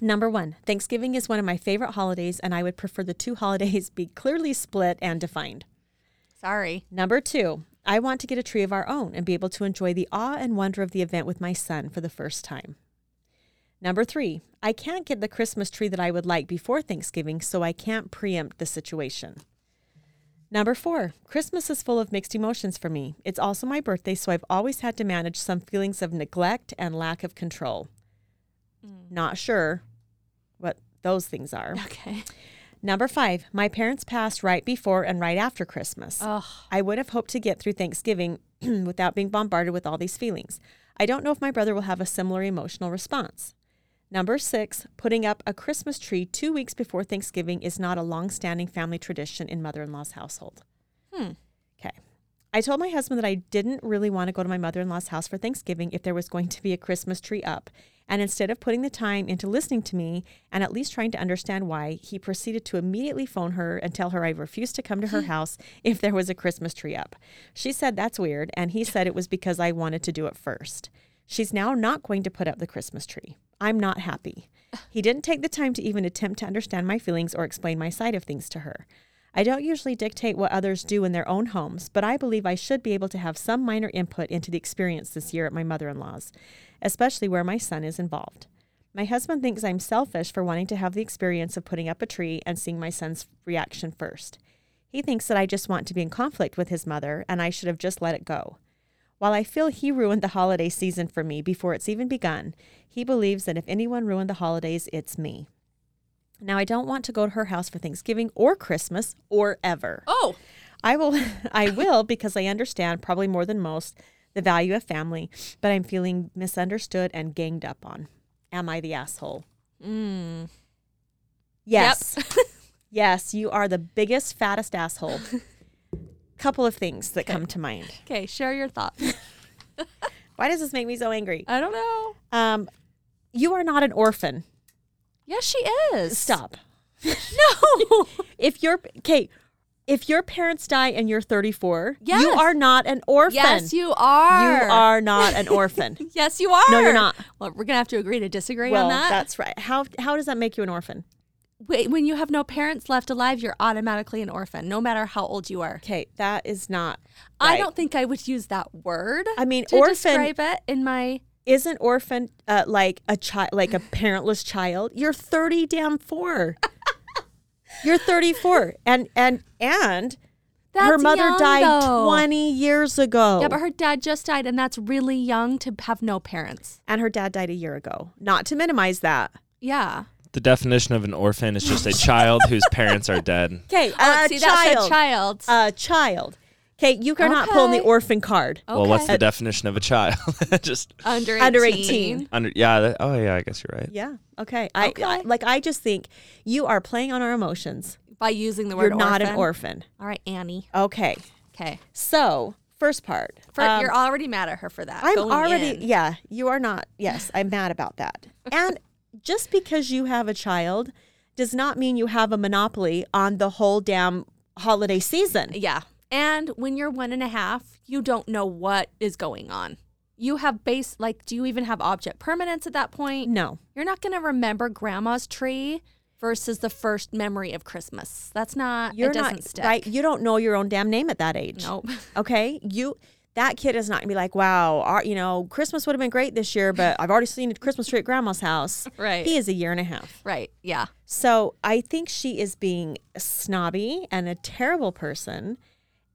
Speaker 2: Number one, Thanksgiving is one of my favorite holidays, and I would prefer the two holidays be clearly split and defined.
Speaker 1: Sorry.
Speaker 2: Number two, I want to get a tree of our own and be able to enjoy the awe and wonder of the event with my son for the first time. Number three, I can't get the Christmas tree that I would like before Thanksgiving, so I can't preempt the situation. Number four, Christmas is full of mixed emotions for me. It's also my birthday, so I've always had to manage some feelings of neglect and lack of control. Not sure what those things are.
Speaker 1: Okay.
Speaker 2: Number five, my parents passed right before and right after Christmas.
Speaker 1: Ugh.
Speaker 2: I would have hoped to get through Thanksgiving without being bombarded with all these feelings. I don't know if my brother will have a similar emotional response. Number six, putting up a Christmas tree two weeks before Thanksgiving is not a long-standing family tradition in mother in law's household.
Speaker 1: Hmm.
Speaker 2: Okay. I told my husband that I didn't really want to go to my mother in law's house for Thanksgiving if there was going to be a Christmas tree up. And instead of putting the time into listening to me and at least trying to understand why, he proceeded to immediately phone her and tell her I refused to come to her house if there was a Christmas tree up. She said that's weird, and he said it was because I wanted to do it first. She's now not going to put up the Christmas tree. I'm not happy. He didn't take the time to even attempt to understand my feelings or explain my side of things to her. I don't usually dictate what others do in their own homes, but I believe I should be able to have some minor input into the experience this year at my mother in law's, especially where my son is involved. My husband thinks I'm selfish for wanting to have the experience of putting up a tree and seeing my son's reaction first. He thinks that I just want to be in conflict with his mother and I should have just let it go. While I feel he ruined the holiday season for me before it's even begun, he believes that if anyone ruined the holidays, it's me. Now, I don't want to go to her house for Thanksgiving or Christmas or ever.
Speaker 1: Oh.
Speaker 2: I will I will because I understand probably more than most the value of family, but I'm feeling misunderstood and ganged up on. Am I the asshole?
Speaker 1: Mm.
Speaker 2: Yes. Yes, you are the biggest fattest asshole. Couple of things that come to mind.
Speaker 1: Okay. Share your thoughts.
Speaker 2: Why does this make me so angry?
Speaker 1: I don't know.
Speaker 2: Um you are not an orphan.
Speaker 1: Yes, she is.
Speaker 2: Stop.
Speaker 1: No.
Speaker 2: If you're okay, if your parents die and you're 34, you
Speaker 1: Yes.
Speaker 2: are not an orphan.
Speaker 1: yes, you are.
Speaker 2: You are not an orphan.
Speaker 1: Yes, you are.
Speaker 2: No, you're not.
Speaker 1: Well, we're gonna have to agree to disagree
Speaker 2: well,
Speaker 1: on that.
Speaker 2: that's right. How how does that make you an orphan?
Speaker 1: wait, when you have no parents left alive, you're automatically an orphan, no matter how old you are.
Speaker 2: Okay, that is not.
Speaker 1: I
Speaker 2: right.
Speaker 1: don't think I would use that word.
Speaker 2: I mean,
Speaker 1: to
Speaker 2: orphan-
Speaker 1: describe it in my
Speaker 2: Isn't orphan uh, like a child, like a parentless child? You're thirty damn four. You're thirty four, and and and
Speaker 1: that's
Speaker 2: her mother
Speaker 1: young,
Speaker 2: died
Speaker 1: though.
Speaker 2: twenty years ago.
Speaker 1: Yeah, but her dad just died, and that's really young to have no parents.
Speaker 2: and her dad died a year ago. Not to minimize that.
Speaker 1: Yeah.
Speaker 4: The definition of an orphan is just a child whose parents are dead.
Speaker 2: Okay,
Speaker 1: Oh,
Speaker 2: a
Speaker 1: see, that's a
Speaker 2: Uh, child.
Speaker 1: child.
Speaker 2: a child. Okay, you are not pulling the
Speaker 1: Okay. Oh.
Speaker 2: orphan card.
Speaker 1: okay.
Speaker 4: Well, what's the definition of a child? just
Speaker 2: Uh,
Speaker 1: under 18.
Speaker 2: Under 18.
Speaker 4: under. Yeah. That, oh, yeah. I guess you're right.
Speaker 2: Yeah. Okay. I,
Speaker 1: Okay.
Speaker 2: I like. I just think you are playing on our emotions.
Speaker 1: by using the word
Speaker 2: You're not an
Speaker 1: orphan.
Speaker 2: orphan.
Speaker 1: All right, Annie.
Speaker 2: Okay.
Speaker 1: Okay.
Speaker 2: So first part.
Speaker 1: For,
Speaker 2: um,
Speaker 1: you're already mad at her for that.
Speaker 2: I'm
Speaker 1: going
Speaker 2: already.
Speaker 1: in.
Speaker 2: Yeah. You are not. Yes. I'm mad about that. And just because you have a child does not mean you have a monopoly on the whole damn holiday season.
Speaker 1: Yeah. And when you're one and a half, you don't know what is going on. You have base, like, do you even have object permanence at that point?
Speaker 2: No.
Speaker 1: You're not going to remember grandma's tree versus the first memory of Christmas. That's not,
Speaker 2: You're
Speaker 1: it doesn't
Speaker 2: not
Speaker 1: stick.
Speaker 2: right. You don't know your own damn name at that age.
Speaker 1: Nope.
Speaker 2: Okay, you that kid is not gonna be like, wow, our, you know, Christmas would have been great this year, but I've already seen a Christmas tree at grandma's house.
Speaker 1: Right.
Speaker 2: He is a year and a half.
Speaker 1: Right. Yeah.
Speaker 2: So I think she is being snobby and a terrible person.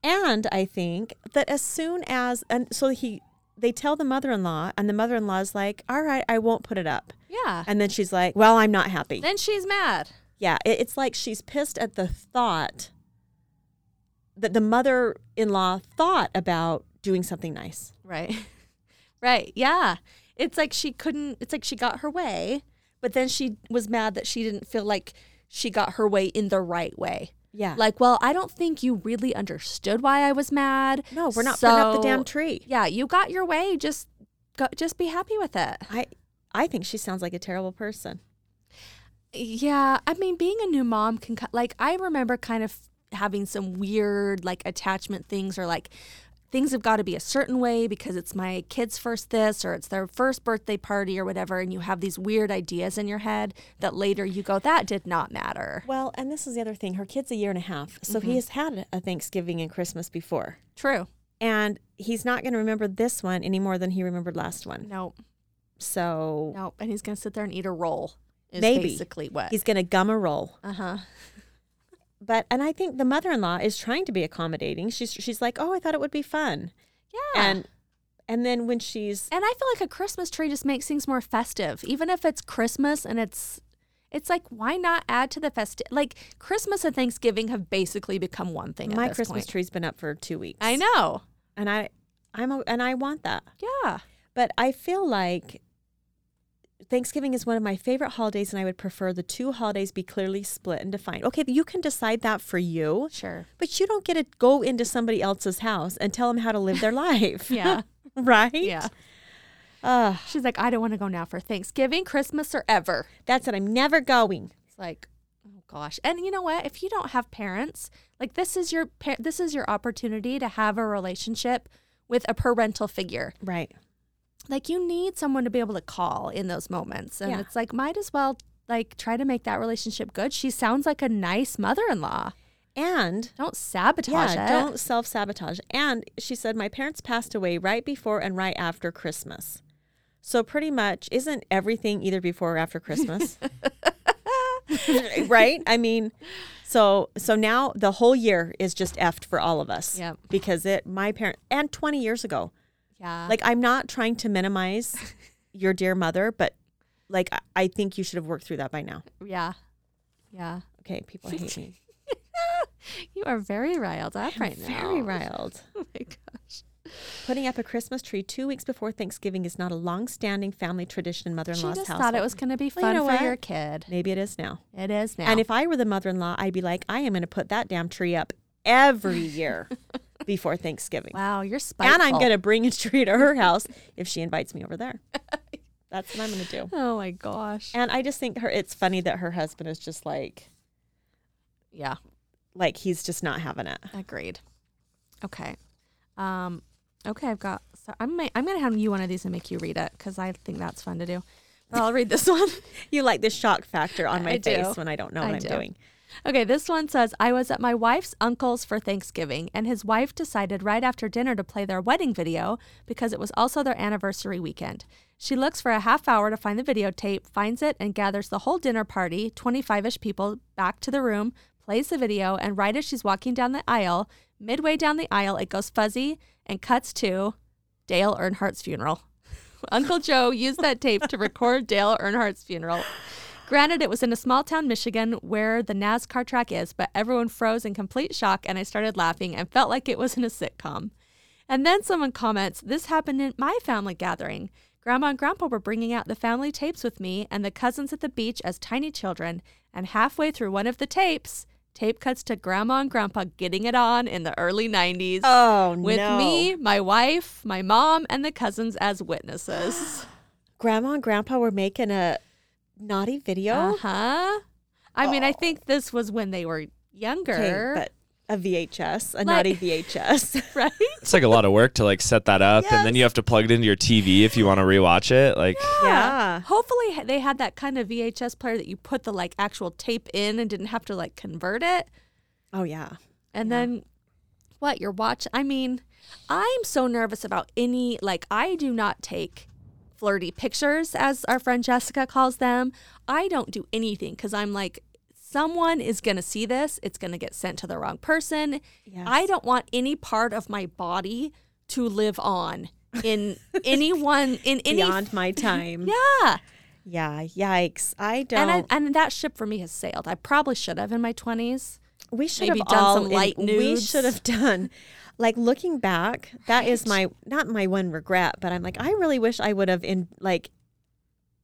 Speaker 2: And I think that as soon as and so he they tell the mother in law and the mother in law is like, All right, I won't put it up.
Speaker 1: Yeah.
Speaker 2: And then she's like, Well, I'm not happy.
Speaker 1: then she's mad.
Speaker 2: Yeah, it, it's like she's pissed at the thought that the mother in law thought about doing something nice.
Speaker 1: Right. right. Yeah. It's like she couldn't, it's like she got her way, but then she was mad that she didn't feel like she got her way in the right way.
Speaker 2: Yeah.
Speaker 1: Like, well, I don't think you really understood why I was mad.
Speaker 2: no, we're not putting up the damn
Speaker 1: so-
Speaker 2: tree.
Speaker 1: Yeah, you got your way. Just go, just be happy with it.
Speaker 2: I I think she sounds like a terrible person.
Speaker 1: Yeah, I mean, being a new mom can ki- like I remember kind of having some weird like attachment things or like things have got to be a certain way because it's my kids first this or it's their first birthday party or whatever and you have these weird ideas in your head that later you go that did not matter.
Speaker 2: Well, and this is the other thing. Her kid's a year and a half, so he has had a Thanksgiving and Christmas before.
Speaker 1: True.
Speaker 2: And he's not going to remember this one any more than he remembered last one.
Speaker 1: Nope.
Speaker 2: So
Speaker 1: Nope. And he's going to sit there and eat a roll. Is
Speaker 2: Maybe.
Speaker 1: basically what.
Speaker 2: he's going to gum a roll.
Speaker 1: uh-huh.
Speaker 2: But and I think the mother-in-law is trying to be accommodating. She's she's like, "Oh, I thought it would be fun."
Speaker 1: Yeah.
Speaker 2: and and then when she's
Speaker 1: And I feel like a Christmas tree just makes things more festive, even if it's Christmas and it's it's like why not add to the festi Like Christmas and Thanksgiving have basically become one thing. at
Speaker 2: my
Speaker 1: this
Speaker 2: Christmas
Speaker 1: point.
Speaker 2: tree's been up for two weeks,
Speaker 1: I know.
Speaker 2: and I I'm o and I want that,
Speaker 1: Yeah.
Speaker 2: but I feel like Thanksgiving is one of my favorite holidays, and I would prefer the two holidays be clearly split and defined. Okay, you can decide that for you,
Speaker 1: Sure.
Speaker 2: but you don't get to go into somebody else's house and tell them how to live their life.
Speaker 1: Yeah.
Speaker 2: right.
Speaker 1: Yeah.
Speaker 2: Ugh,
Speaker 1: She's like, I don't want to go now for Thanksgiving, Christmas, or ever.
Speaker 2: that's it. I'm never going.
Speaker 1: It's like, oh gosh. And you know what? If you don't have parents, like this is your par- this is your opportunity to have a relationship with a parental figure.
Speaker 2: Right.
Speaker 1: like you need someone to be able to call in those moments and
Speaker 2: Yeah.
Speaker 1: it's like might as well like try to make that relationship good she sounds like a nice mother-in-law
Speaker 2: And
Speaker 1: don't sabotage
Speaker 2: yeah,
Speaker 1: it
Speaker 2: don't self sabotage. And she said, My parents passed away right before and right after Christmas. So pretty much, isn't everything either before or after Christmas? right? I mean, so so now the whole year is just effed for all of us.
Speaker 1: Yep.
Speaker 2: Because it my parent and twenty years ago.
Speaker 1: yeah
Speaker 2: Like I'm not trying to minimize your dear mother, but like I, I think you should have worked through that by now.
Speaker 1: yeah yeah
Speaker 2: Okay, people hate me.
Speaker 1: you are very riled up right now
Speaker 2: Very riled.
Speaker 1: oh my gosh
Speaker 2: Putting up a Christmas tree two weeks before Thanksgiving is not a long-standing family tradition in
Speaker 1: she
Speaker 2: mother-in-law's
Speaker 1: just
Speaker 2: house.
Speaker 1: thought it was going to be
Speaker 2: Well,
Speaker 1: fun
Speaker 2: you know
Speaker 1: for
Speaker 2: what?
Speaker 1: your kid
Speaker 2: Maybe it is now.
Speaker 1: it is now
Speaker 2: And if I were the mother-in-law, I'd be like, I am going to put that damn tree up every year before Thanksgiving,
Speaker 1: wow you're spiteful
Speaker 2: and I'm going to bring a tree to her house if she invites me over there. That's what I'm going to do.
Speaker 1: oh my gosh
Speaker 2: And I just think her. It's funny that her husband is just like,
Speaker 1: yeah
Speaker 2: like he's just not having it.
Speaker 1: agreed okay um okay i've got so i'm, ma- I'm gonna have you one of these and make you read it because i think that's fun to do I'll read this one.
Speaker 2: You like the shock factor on my
Speaker 1: I do.
Speaker 2: face when I don't know what
Speaker 1: I
Speaker 2: I am
Speaker 1: do.
Speaker 2: doing.
Speaker 1: Okay, this one says I was at my wife's uncle's for Thanksgiving, and his wife decided right after dinner to play their wedding video because it was also their anniversary weekend. She looks for a half hour to find the videotape, finds it, and gathers the whole dinner party, 25 ish people, back to the room, plays the video, and right as she's walking down the aisle, midway down the aisle, it goes fuzzy and cuts to Dale Earnhardt's funeral. Uncle Joe used that tape to record Dale Earnhardt's funeral. Granted, it was in a small town, Michigan, where the NASCAR track is, but everyone froze in complete shock, and I started laughing and felt like it was in a sitcom. And then someone comments, This happened in my family gathering. Grandma and Grandpa were bringing out the family tapes with me and the cousins at the beach as tiny children, and halfway through one of the tapes, tape cuts to Grandma and Grandpa getting it on in the early 90s
Speaker 2: Oh
Speaker 1: with
Speaker 2: no.
Speaker 1: me, my wife, my mom, and the cousins as witnesses.
Speaker 2: Grandma and grandpa were making a naughty video.
Speaker 1: Uh huh. I mean, I think this was when they were
Speaker 2: Okay,
Speaker 1: younger,
Speaker 2: but a VHS, a
Speaker 1: Like-
Speaker 2: naughty VHS.
Speaker 1: right?
Speaker 4: It's like a lot of work to like set that up, and then you have to plug it into your TV if you want to rewatch it. Like,
Speaker 2: yeah.
Speaker 1: Hopefully, ha- they had that kind of VHS player that you put the like actual tape in and didn't have to like convert it.
Speaker 2: Oh yeah.
Speaker 1: And then what your watch? I mean, I'm so nervous about any like I do not take flirty pictures as our friend Jessica calls them. I don't do anything cuz I'm like someone is going to see this, it's going to get sent to the wrong person. I
Speaker 2: Yes.
Speaker 1: don't want any part of my body to live on in anyone in any
Speaker 2: Beyond my time.
Speaker 1: yeah.
Speaker 2: yeah. Yikes. I don't.
Speaker 1: And I, and that ship for me has sailed. I probably should have in my 20s.
Speaker 2: we should
Speaker 1: maybe
Speaker 2: have
Speaker 1: done
Speaker 2: all
Speaker 1: some
Speaker 2: in-
Speaker 1: light
Speaker 2: We
Speaker 1: nudes.
Speaker 2: should have done. Like looking back, that is my not my one regret, but I'm like I really wish I would have in like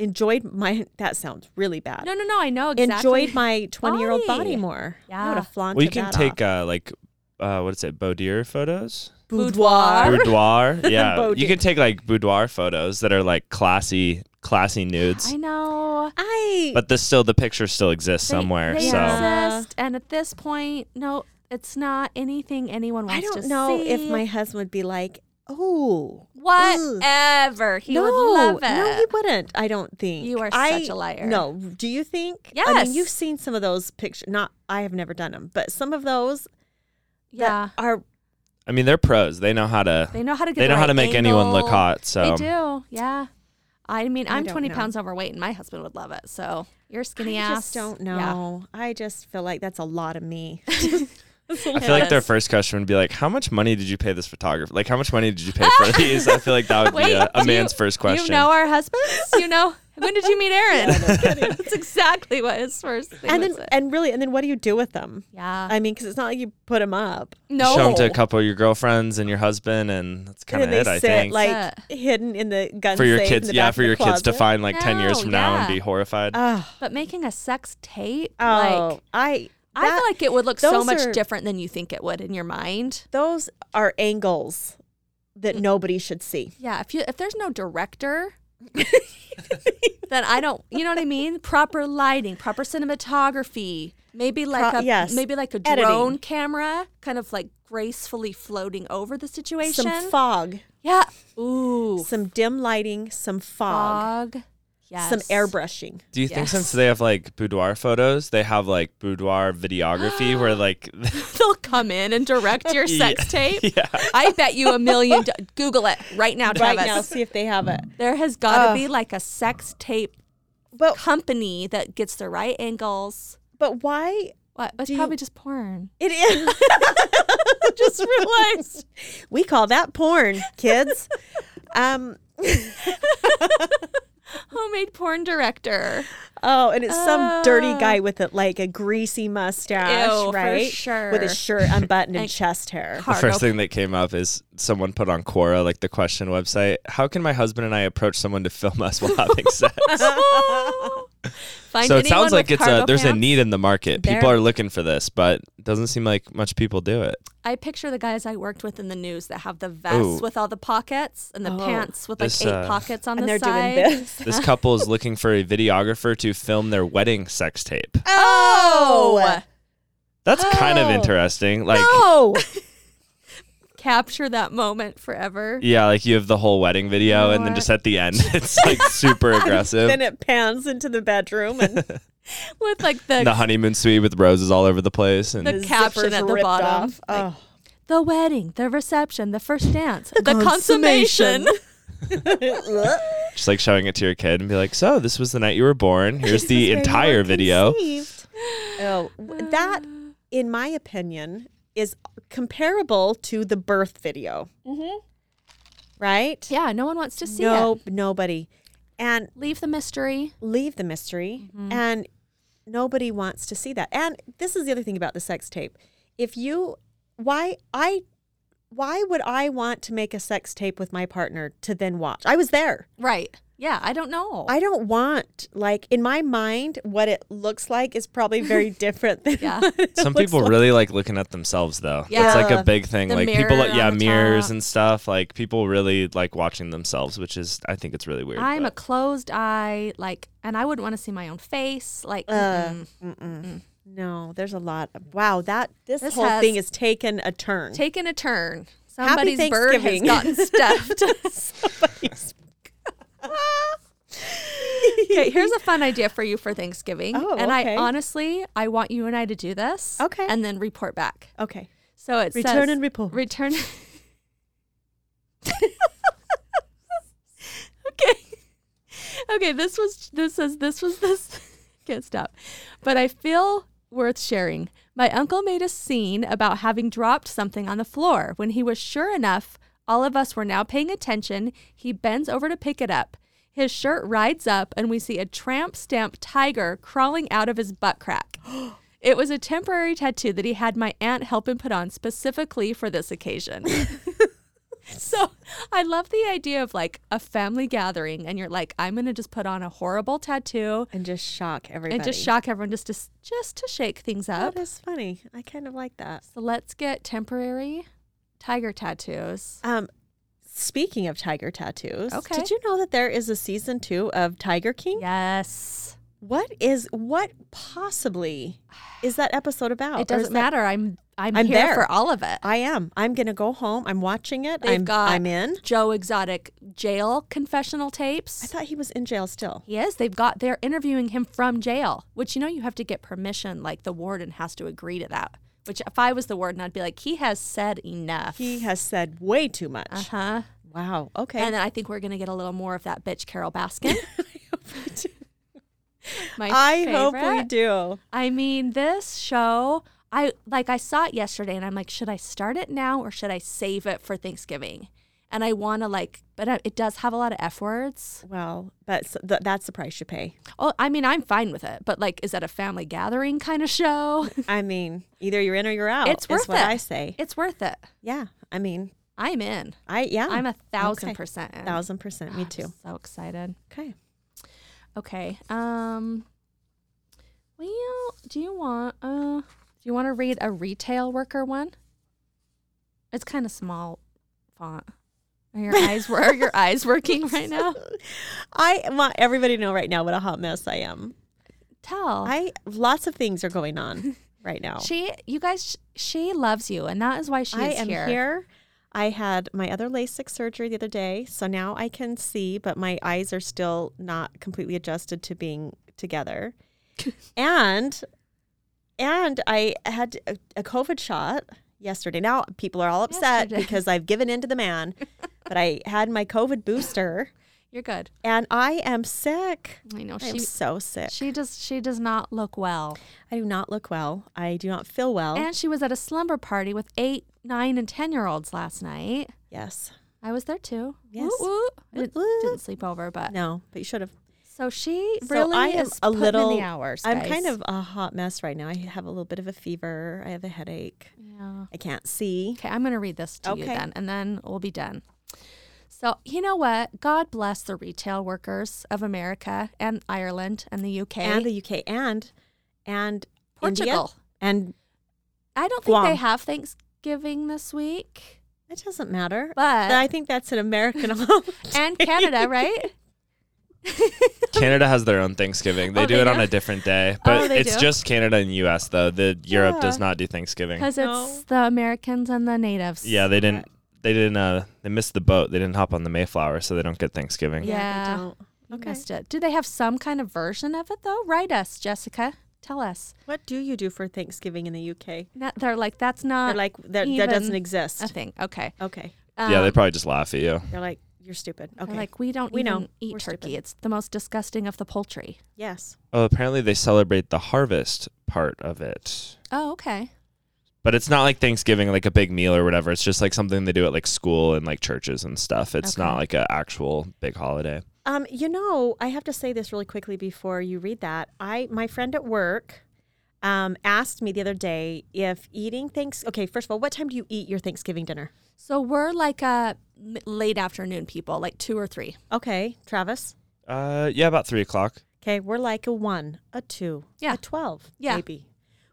Speaker 2: enjoyed my. That sounds really bad.
Speaker 1: No, no, no, I know exactly.
Speaker 2: Enjoyed my 20 year old
Speaker 1: Body.
Speaker 2: body more. I would
Speaker 1: Yeah.
Speaker 2: have flaunted
Speaker 4: well, you can
Speaker 2: that
Speaker 4: take
Speaker 2: off.
Speaker 4: uh, like. Uh, what is it? Boudoir photos,
Speaker 1: boudoir.
Speaker 4: boudoir. Yeah,
Speaker 2: Boudoir.
Speaker 4: you can take like boudoir photos that are like classy, classy nudes.
Speaker 1: I know.
Speaker 2: I
Speaker 4: But this still, the picture still exists
Speaker 1: They-
Speaker 4: somewhere.
Speaker 1: they
Speaker 4: so
Speaker 2: Yeah.
Speaker 1: exist, and at this point, no, it's not anything anyone
Speaker 2: I
Speaker 1: wants to
Speaker 2: don't know if
Speaker 1: see.
Speaker 2: my husband would be like, oh, ugh."
Speaker 1: whatever he Eh, would love it.
Speaker 2: No, he wouldn't. I don't think.
Speaker 1: You are
Speaker 2: I-
Speaker 1: such a liar.
Speaker 2: No. Do you think? I
Speaker 1: Yes.
Speaker 2: mean, you've seen some of those pictures. Not, I have never done them, but some of those
Speaker 1: yeah,
Speaker 2: that are
Speaker 4: I mean, they're pros. They know how to.
Speaker 1: they know how to get.
Speaker 4: They
Speaker 1: the
Speaker 4: know how
Speaker 1: right
Speaker 4: to make anyone look
Speaker 1: angle.
Speaker 4: hot.
Speaker 1: They
Speaker 4: So
Speaker 1: do. Yeah. I mean,
Speaker 2: I
Speaker 1: I'm
Speaker 2: don't
Speaker 1: 20
Speaker 2: know.
Speaker 1: pounds overweight, and my husband would love it. So your skinny
Speaker 2: I
Speaker 1: ass.
Speaker 2: just don't
Speaker 1: Yeah.
Speaker 2: know. I just feel like that's a lot of me.
Speaker 4: I feel like their first question would be like, "How much money did you pay this photographer? Like, how much money did you pay for these?" I feel like that would be
Speaker 1: Wait,
Speaker 4: a, a
Speaker 1: do
Speaker 4: man's
Speaker 1: you-
Speaker 4: first question.
Speaker 1: You know our husbands. You know when did you meet Aaron? That's exactly what his first thing
Speaker 2: and
Speaker 1: was.
Speaker 2: then, and really, and then what do you do with them?
Speaker 1: yeah.
Speaker 2: I mean, because it's not like you put them up.
Speaker 1: no.
Speaker 4: Show them to a couple of your girlfriends and your husband, and that's kind of
Speaker 2: and then
Speaker 4: it.
Speaker 2: they
Speaker 4: I
Speaker 2: sit
Speaker 4: think
Speaker 2: like
Speaker 1: Yeah.
Speaker 2: hidden in the gun
Speaker 4: for your
Speaker 2: safe in
Speaker 4: kids,
Speaker 2: the
Speaker 4: yeah,
Speaker 2: back of
Speaker 4: for
Speaker 2: the
Speaker 4: your kids
Speaker 2: closet.
Speaker 4: to
Speaker 2: Um,
Speaker 4: find like ten years
Speaker 1: No,
Speaker 4: from now and
Speaker 1: yeah.
Speaker 4: be horrified.
Speaker 2: Ugh.
Speaker 1: but making a sex tape,
Speaker 2: oh,
Speaker 1: like
Speaker 2: I.
Speaker 1: I
Speaker 2: that-
Speaker 1: feel like it would look so
Speaker 2: those
Speaker 1: much
Speaker 2: are-
Speaker 1: different than you think it would in your mind.
Speaker 2: those are angles that
Speaker 1: Mm.
Speaker 2: nobody should see.
Speaker 1: Yeah, if you if there's no director, then I don't. You know what I mean? Proper lighting, proper cinematography, maybe like
Speaker 2: Pro-
Speaker 1: a
Speaker 2: yes.
Speaker 1: maybe like a
Speaker 2: Editing.
Speaker 1: drone camera, kind of like gracefully floating over the situation.
Speaker 2: Some fog,
Speaker 1: yeah. Ooh.
Speaker 2: some dim lighting, some fog,
Speaker 1: Yes.
Speaker 2: some airbrushing.
Speaker 4: Do you think
Speaker 1: Yes.
Speaker 4: since they have like boudoir photos, they have like boudoir videography where like
Speaker 1: They'll come in and direct your sex tape.
Speaker 4: yeah.
Speaker 1: I bet you a million. Do- Google it Mm. right now,
Speaker 2: Right
Speaker 1: Travis.
Speaker 2: now, see if they have it.
Speaker 1: There has got to
Speaker 2: Ugh.
Speaker 1: be like a sex tape
Speaker 2: But
Speaker 1: company that gets the right angles.
Speaker 2: but why
Speaker 1: What? It's
Speaker 2: Do you-
Speaker 1: probably just porn.
Speaker 2: it is? Just realized we call that porn, kids. um.
Speaker 1: Homemade porn director.
Speaker 2: Oh, and it's some dirty
Speaker 1: Oh.
Speaker 2: guy with it, like a greasy mustache,
Speaker 1: Ew, for
Speaker 2: right? With
Speaker 1: sure.
Speaker 2: his shirt unbuttoned and
Speaker 1: And-
Speaker 2: chest hair.
Speaker 4: The
Speaker 1: Hard
Speaker 4: first
Speaker 1: open.
Speaker 4: thing that came up is someone put on Quora, like the question website, how can my husband and I approach someone to film us while having sex?
Speaker 1: Oh. Find
Speaker 4: so
Speaker 1: anyone
Speaker 4: it sounds like
Speaker 1: with
Speaker 4: it's a
Speaker 1: cargo
Speaker 4: there's a
Speaker 1: pants.
Speaker 4: need in the market. People
Speaker 2: There-
Speaker 4: are looking for this, but it doesn't seem like much people do it.
Speaker 1: I picture the guys I worked with in the news that have the vests
Speaker 4: Ooh.
Speaker 1: with all the pockets and the
Speaker 2: Oh.
Speaker 1: pants with like
Speaker 4: This,
Speaker 1: eight
Speaker 4: uh,
Speaker 1: pockets on
Speaker 2: And
Speaker 1: the
Speaker 2: they're
Speaker 1: side.
Speaker 2: doing this.
Speaker 4: This couple is looking for a videographer to film their wedding sex tape.
Speaker 1: Oh,
Speaker 2: Oh,
Speaker 4: That's kind of
Speaker 2: Oh.
Speaker 4: interesting. Like
Speaker 2: no.
Speaker 1: capture that moment forever.
Speaker 4: Yeah, like you have the whole wedding video, and then
Speaker 1: Or-
Speaker 4: just at the end, it's like super aggressive.
Speaker 2: Then it pans into the bedroom and
Speaker 1: With like the
Speaker 4: the honeymoon suite with roses all over the place, and
Speaker 1: The
Speaker 2: the
Speaker 1: caption
Speaker 2: zipper's
Speaker 1: at the
Speaker 2: ripped
Speaker 1: bottom,
Speaker 2: off.
Speaker 1: like,
Speaker 2: oh.
Speaker 1: the wedding, the reception, the first dance, the, consummation.
Speaker 2: Oh.
Speaker 4: just like showing it to your kid and be like, "So this was the night you were born. Here's the entire video."
Speaker 2: Oh, w- that, in my opinion, is comparable to the birth video. Mm-hmm. Right?
Speaker 1: Yeah, no one wants to see
Speaker 2: no,
Speaker 1: it.
Speaker 2: nobody. And
Speaker 1: Leave the mystery.
Speaker 2: leave the mystery
Speaker 1: Mm-hmm.
Speaker 2: and nobody wants to see that and this is the other thing about the sex tape if you why i why would i want to make a sex tape with my partner to then watch i was there
Speaker 1: Right. Yeah, I don't know.
Speaker 2: i don't want like in my mind what it looks like is probably very different than
Speaker 1: Yeah.
Speaker 2: what it
Speaker 4: Some
Speaker 2: looks
Speaker 4: people
Speaker 2: like.
Speaker 4: really like looking at themselves, though. It's like
Speaker 1: Yeah.
Speaker 4: a big thing.
Speaker 1: The
Speaker 4: like people,
Speaker 1: mirror
Speaker 4: yeah,
Speaker 1: on the
Speaker 4: mirrors
Speaker 1: top.
Speaker 4: and stuff. Like people really like watching themselves, which is, I think, it's really weird.
Speaker 1: I'm a
Speaker 4: but-
Speaker 1: closed eye, like, and I wouldn't want to see my own face. Like,
Speaker 2: Uh,
Speaker 1: mm-mm.
Speaker 2: no there's a lot of wow that this,
Speaker 1: This
Speaker 2: whole
Speaker 1: has-
Speaker 2: thing is taken a turn
Speaker 1: taking a turn.
Speaker 2: Happy
Speaker 1: Somebody's bird has
Speaker 2: Thanksgiving.
Speaker 1: gotten stuffed.
Speaker 2: Somebody's-
Speaker 1: okay, here's a fun idea for you for Thanksgiving.
Speaker 2: Oh,
Speaker 1: and I
Speaker 2: okay.
Speaker 1: honestly, I want you and I to do this.
Speaker 2: Okay.
Speaker 1: And then report back.
Speaker 2: okay
Speaker 1: So it
Speaker 2: Return
Speaker 1: says-
Speaker 2: and report.
Speaker 1: Return. okay. Okay. This was. This says. This was. This. Can't stop. But I feel worth sharing. My uncle made a scene about having dropped something on the floor. When he was sure enough, all of us were now paying attention. He bends over to pick it up. His shirt rides up, and we see a tramp stamp tiger crawling out of his butt crack. It was a temporary tattoo that he had my aunt help him put on specifically for this occasion. so I love the idea of like a family gathering, and you're like, I'm gonna just put on a horrible tattoo
Speaker 2: and just shock everybody
Speaker 1: and just shock everyone just to s- just to shake things up.
Speaker 2: That is funny. I kind of like that.
Speaker 1: So let's get temporary tiger tattoos.
Speaker 2: Um, speaking of tiger tattoos,
Speaker 1: Okay.
Speaker 2: did you know that there is a season two of Tiger King?
Speaker 1: Yes,
Speaker 2: What is what possibly is that episode about?
Speaker 1: it
Speaker 2: Oh, Or is
Speaker 1: doesn't
Speaker 2: that-
Speaker 1: matter. I'm I'm,
Speaker 2: I'm
Speaker 1: here
Speaker 2: there.
Speaker 1: for all of it.
Speaker 2: I am. I'm gonna go home. I'm watching it.
Speaker 1: They've
Speaker 2: I'm,
Speaker 1: got
Speaker 2: I'm in.
Speaker 1: Joe Exotic jail confessional
Speaker 2: I
Speaker 1: tapes.
Speaker 2: thought he was in jail still.
Speaker 1: He is. They've got they're interviewing him from jail, which you know you have to get permission. Like the warden has to agree to that. Which if I was the warden, I'd be like, he has said enough.
Speaker 2: He has said way too much.
Speaker 1: Uh huh.
Speaker 2: Wow. Okay.
Speaker 1: And then I think we're gonna get a little more of that bitch Carol Baskin. My
Speaker 2: I hope we
Speaker 1: favorite.
Speaker 2: do.
Speaker 1: I mean, this show. I like I saw it yesterday, and I'm like, should I start it now or should I save it for Thanksgiving? And I want to like, but I- it does have a lot of f words.
Speaker 2: Well, but s- th- that's the price you pay.
Speaker 1: Oh, I mean, I'm fine with it, but like, is that a family gathering kind of show?
Speaker 2: I mean, either you're in or you're out.
Speaker 1: it's worth
Speaker 2: is what
Speaker 1: it.
Speaker 2: I say.
Speaker 1: It's worth it.
Speaker 2: Yeah. I mean,
Speaker 1: I'm in.
Speaker 2: I yeah.
Speaker 1: I'm a thousand
Speaker 2: Oh, Okay.
Speaker 1: percent in.
Speaker 2: Thousand percent. Me too.
Speaker 1: So excited.
Speaker 2: Okay.
Speaker 1: Okay. Um. Well, do you want uh? Do you want to read a retail worker one? It's kind of small font. Are your eyes were are your eyes working right now?
Speaker 2: I want everybody to know right now what a hot mess I am.
Speaker 1: Tell.
Speaker 2: I lots of things are going on right now.
Speaker 1: she, you guys, sh- she loves you, and that is why she's
Speaker 2: I am
Speaker 1: here.
Speaker 2: here. I had my other LASIK surgery the other day, so now I can see, but my eyes are still not completely adjusted to being together. and and I had a, a COVID shot yesterday. Now people are all upset
Speaker 1: Yesterday.
Speaker 2: because I've given in to the man, but I had my COVID booster
Speaker 1: You're good.
Speaker 2: and I am sick.
Speaker 1: I know
Speaker 2: I am
Speaker 1: she.
Speaker 2: so sick.
Speaker 1: She does. She does not look well,
Speaker 2: I do not look well. I do not feel well.
Speaker 1: and she was at a slumber party with eight, nine, and ten year olds last night.
Speaker 2: yes.
Speaker 1: I was there too.
Speaker 2: Yes.
Speaker 1: Woot woot. I
Speaker 2: Woot
Speaker 1: didn't,
Speaker 2: woot.
Speaker 1: didn't sleep over, but
Speaker 2: No, but you should have.
Speaker 1: so she
Speaker 2: So
Speaker 1: really
Speaker 2: I am
Speaker 1: is
Speaker 2: a
Speaker 1: putting
Speaker 2: little.
Speaker 1: in the hours.
Speaker 2: I'm
Speaker 1: guys.
Speaker 2: kind of a hot mess right now. I have a little bit of a fever. I have a headache.
Speaker 1: Yeah.
Speaker 2: I can't see.
Speaker 1: Okay, I'm going to read this to you
Speaker 2: Okay.
Speaker 1: then, and then we'll be done. So, you know what? God bless the retail workers of America and Ireland and the UK.
Speaker 2: And the UK and and India.
Speaker 1: Portugal.
Speaker 2: and
Speaker 1: I don't think they
Speaker 2: Guam.
Speaker 1: have Thanksgiving this week.
Speaker 2: it doesn't matter.
Speaker 1: But-
Speaker 2: I think that's an American holiday.
Speaker 1: And Canada, right?
Speaker 4: Canada has their own Thanksgiving. They
Speaker 1: Oh,
Speaker 4: do
Speaker 1: they
Speaker 4: it on
Speaker 1: do?
Speaker 4: a different day,
Speaker 1: Oh,
Speaker 4: but
Speaker 1: they
Speaker 4: it's
Speaker 1: do?
Speaker 4: just Canada and U.S. though. The Europe
Speaker 2: Yeah.
Speaker 4: does not do Thanksgiving.
Speaker 1: because it's the Americans and the natives.
Speaker 4: Yeah, they didn't. They didn't. Uh, they missed the boat. They didn't hop on the Mayflower, so they don't get Thanksgiving.
Speaker 1: Yeah.
Speaker 2: I don't. Okay.
Speaker 1: Missed it. Do they have some kind of version of it though? Write us, Jessica. Tell us.
Speaker 2: What do you do for Thanksgiving in the UK?
Speaker 1: Not, they're like that's not
Speaker 2: They're like that, that
Speaker 1: Uh, even
Speaker 2: doesn't exist.
Speaker 1: a thing. Okay.
Speaker 2: Okay.
Speaker 4: Yeah, they
Speaker 1: Um,
Speaker 4: probably just laugh at you.
Speaker 2: They're like you're stupid.
Speaker 1: they're
Speaker 2: Okay.
Speaker 1: Like we don't
Speaker 2: We know.
Speaker 1: even eat
Speaker 2: We're
Speaker 1: turkey.
Speaker 2: stupid.
Speaker 1: It's the most disgusting of the poultry.
Speaker 2: yes.
Speaker 4: Oh, apparently they celebrate the harvest part of it.
Speaker 1: Oh, okay.
Speaker 4: But it's not like Thanksgiving, like a big meal or whatever. It's just like something they do at like school and like churches and stuff. It's
Speaker 1: Okay.
Speaker 4: not like an actual big holiday.
Speaker 2: Um, you know, I have to say this really quickly before you read that. I my friend at work um, asked me the other day if eating thanks okay, first of all, what time do you eat your Thanksgiving dinner?
Speaker 1: So we're like a m- late afternoon people, like two or three.
Speaker 2: Okay, Travis.
Speaker 4: Uh, yeah, about three o'clock.
Speaker 2: Okay, we're like a one, a two,
Speaker 1: Yeah.
Speaker 2: a twelve,
Speaker 1: Yeah.
Speaker 2: maybe.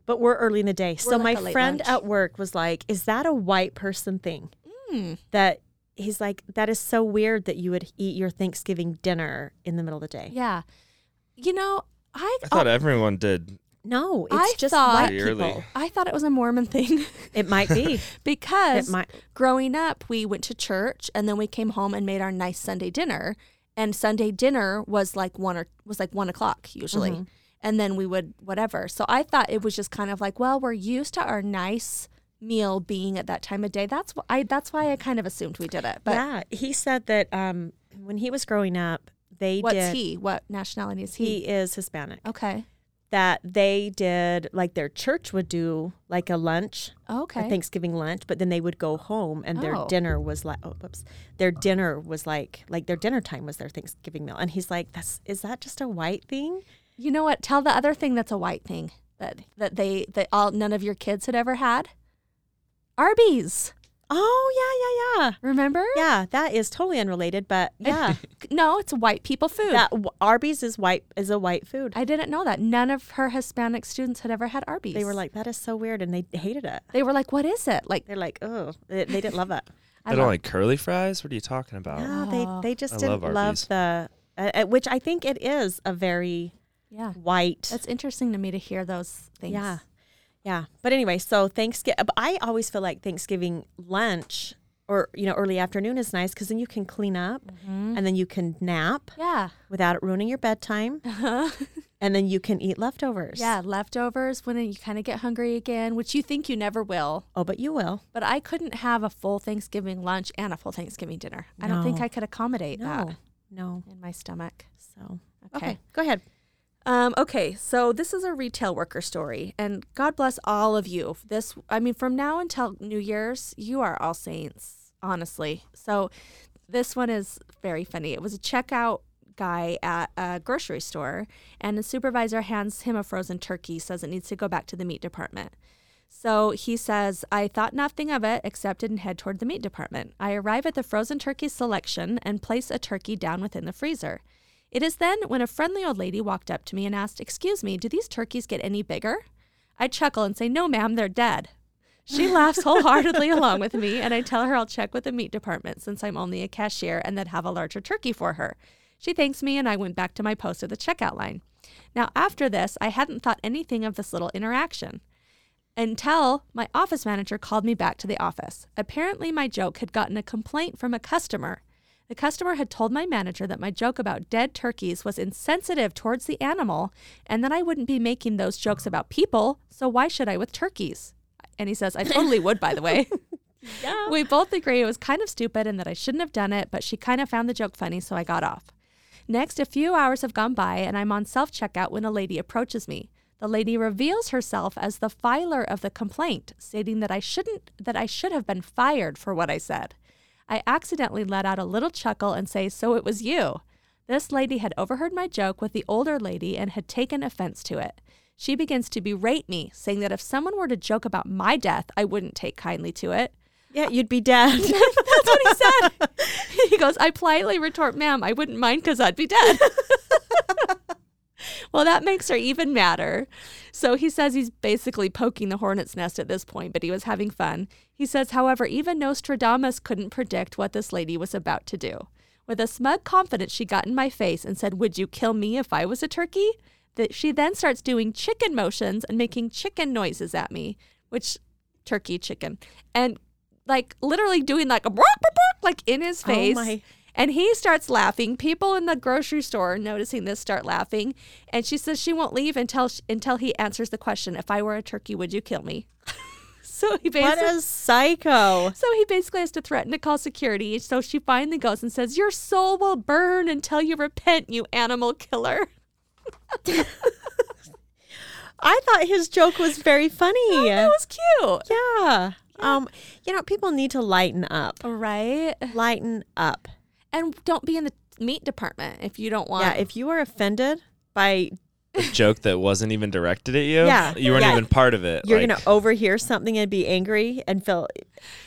Speaker 2: But we're early in the day. so
Speaker 1: like a
Speaker 2: my
Speaker 1: late
Speaker 2: friend
Speaker 1: lunch.
Speaker 2: at work was like, Is that a white person thing?
Speaker 1: Hmm.
Speaker 2: That he's like, That is so weird that you would eat your Thanksgiving dinner in the middle of the day.
Speaker 1: Yeah. You know, I
Speaker 4: I thought everyone did.
Speaker 2: No, it's
Speaker 1: I
Speaker 2: just
Speaker 1: thought-
Speaker 2: white
Speaker 4: Pretty early.
Speaker 2: people.
Speaker 1: I thought it was a Mormon thing
Speaker 2: It might be. it
Speaker 1: because
Speaker 2: might
Speaker 1: growing up, we went to church and then we came home and made our nice Sunday dinner. And Sunday dinner was like one or was like one o'clock usually,
Speaker 2: Mm-hmm.
Speaker 1: and then we would whatever. So I thought it was just kind of like, well, we're used to our nice meal being at that time of day. That's why I. That's why I kind of assumed we did it. But
Speaker 2: yeah, he said that um, when he was growing up, they
Speaker 1: what's
Speaker 2: did.
Speaker 1: he? What nationality is
Speaker 2: He is Hispanic.
Speaker 1: Okay.
Speaker 2: That they did like their church would do like a lunch,
Speaker 1: Okay.
Speaker 2: a Thanksgiving lunch, but then they would go home and their
Speaker 1: Oh.
Speaker 2: dinner was like, oh, whoops, their dinner was like, like their dinner time was their Thanksgiving meal, and he's like, that's is that just a white thing?
Speaker 1: You know what? Tell the other thing that's a white thing that that they that all none of your kids had ever had. Arby's.
Speaker 2: Oh yeah, yeah, yeah.
Speaker 1: Remember?
Speaker 2: Yeah, that is totally unrelated, but yeah,
Speaker 1: No, it's white people food.
Speaker 2: that Arby's is white is a white food.
Speaker 1: I didn't know that. None of her Hispanic students had ever had Arby's.
Speaker 2: They were like, that is so weird, and they hated it.
Speaker 1: they were like, what is it? Like,
Speaker 2: They're like, oh, they, they didn't love it.
Speaker 1: I
Speaker 4: they don't
Speaker 1: love-
Speaker 4: like curly fries. What are you talking about?
Speaker 2: No,
Speaker 1: Oh.
Speaker 2: they they just
Speaker 4: I
Speaker 2: didn't
Speaker 4: love
Speaker 2: love,
Speaker 4: Arby's.
Speaker 2: the, uh, uh, which I think it is a very
Speaker 1: yeah.
Speaker 2: white.
Speaker 1: That's interesting to me to hear those things.
Speaker 2: yeah, yeah. But anyway, so Thanksgiving. I always feel like Thanksgiving lunch or you know early afternoon is nice because then you can clean up and then you can nap
Speaker 1: Yeah.
Speaker 2: without it ruining your bedtime, and then you can eat leftovers.
Speaker 1: Yeah. Leftovers when you kind of get hungry again, which you think you never will.
Speaker 2: Oh, but you will.
Speaker 1: But I couldn't have a full Thanksgiving lunch and a full Thanksgiving dinner. I don't think
Speaker 2: No.
Speaker 1: I could accommodate
Speaker 2: No.
Speaker 1: that
Speaker 2: No.
Speaker 1: in my stomach.
Speaker 2: So
Speaker 1: Okay.
Speaker 2: okay. Go ahead.
Speaker 1: Um, okay, so this is a retail worker story, and God bless all of you. This, I mean, from now until New Year's, you are all saints, honestly. So, this one is very funny. It was a checkout guy at a grocery store, and the supervisor hands him a frozen turkey, says it needs to go back to the meat department. So he says, I thought nothing of it, accepted and head toward the meat department. I arrive at the frozen turkey selection and place a turkey down within the freezer. It is then when a friendly old lady walked up to me and asked, Excuse me, do these turkeys get any bigger? I chuckle and say, No, ma'am, they're dead. She laughs wholeheartedly along with me, and I tell her I'll check with the meat department since I'm only a cashier and then have a larger turkey for her. She thanks me, and I went back to my post at the checkout line. Now, after this, I hadn't thought anything of this little interaction until my office manager called me back to the office. Apparently, my joke had gotten a complaint from a customer. The customer had told my manager that my joke about dead turkeys was insensitive towards the animal and that I wouldn't be making those jokes about people, so why should I with turkeys? And he says, I totally would, by the way.
Speaker 2: Yeah.
Speaker 1: We both agree it was kind of stupid and that I shouldn't have done it, but she kind of found the joke funny, so I got off. Next, a few hours have gone by, and I'm on self checkout when a lady approaches me. The lady reveals herself as the filer of the complaint, stating that I shouldn't that I should have been fired for what I said. I accidentally let out a little chuckle and say, "So it was you." This lady had overheard my joke with the older lady and had taken offense to it. She begins to berate me, saying that if someone were to joke about my death, I wouldn't take kindly to it.
Speaker 2: Yeah, you'd be dead.
Speaker 1: That's what he said. he goes, I politely retort, ma'am, I wouldn't mind because I'd be dead. well, that makes her even madder. So he says he's basically poking the hornet's nest at this point, but he was having fun. He says, however, even Nostradamus couldn't predict what this lady was about to do. With a smug confidence, she got in my face and said, Would you kill me if I was a turkey? That she then starts doing chicken motions and making chicken noises at me, which turkey chicken, and like literally doing like a bark, bark, bark, like in his face.
Speaker 2: my.
Speaker 1: And he starts laughing. People in the grocery store are noticing this start laughing. And she says she won't leave until sh until he answers the question, if I were a turkey, would you kill me? so he
Speaker 2: What
Speaker 1: basically
Speaker 2: a psycho.
Speaker 1: so he basically has to threaten to call security. So she finally goes and says, Your soul will burn until you repent, you animal killer.
Speaker 2: I thought his joke was very funny.
Speaker 1: That was cute.
Speaker 2: yeah. Um, you know, people need to lighten up.
Speaker 1: Right?
Speaker 2: Lighten up.
Speaker 1: And don't be in the meat department if you don't want.
Speaker 2: Yeah, if you are offended by
Speaker 4: A joke that wasn't even directed at you.
Speaker 2: Yeah.
Speaker 4: You weren't
Speaker 2: Yeah.
Speaker 4: even part of it.
Speaker 2: you're
Speaker 4: like,
Speaker 2: gonna overhear something and be angry and feel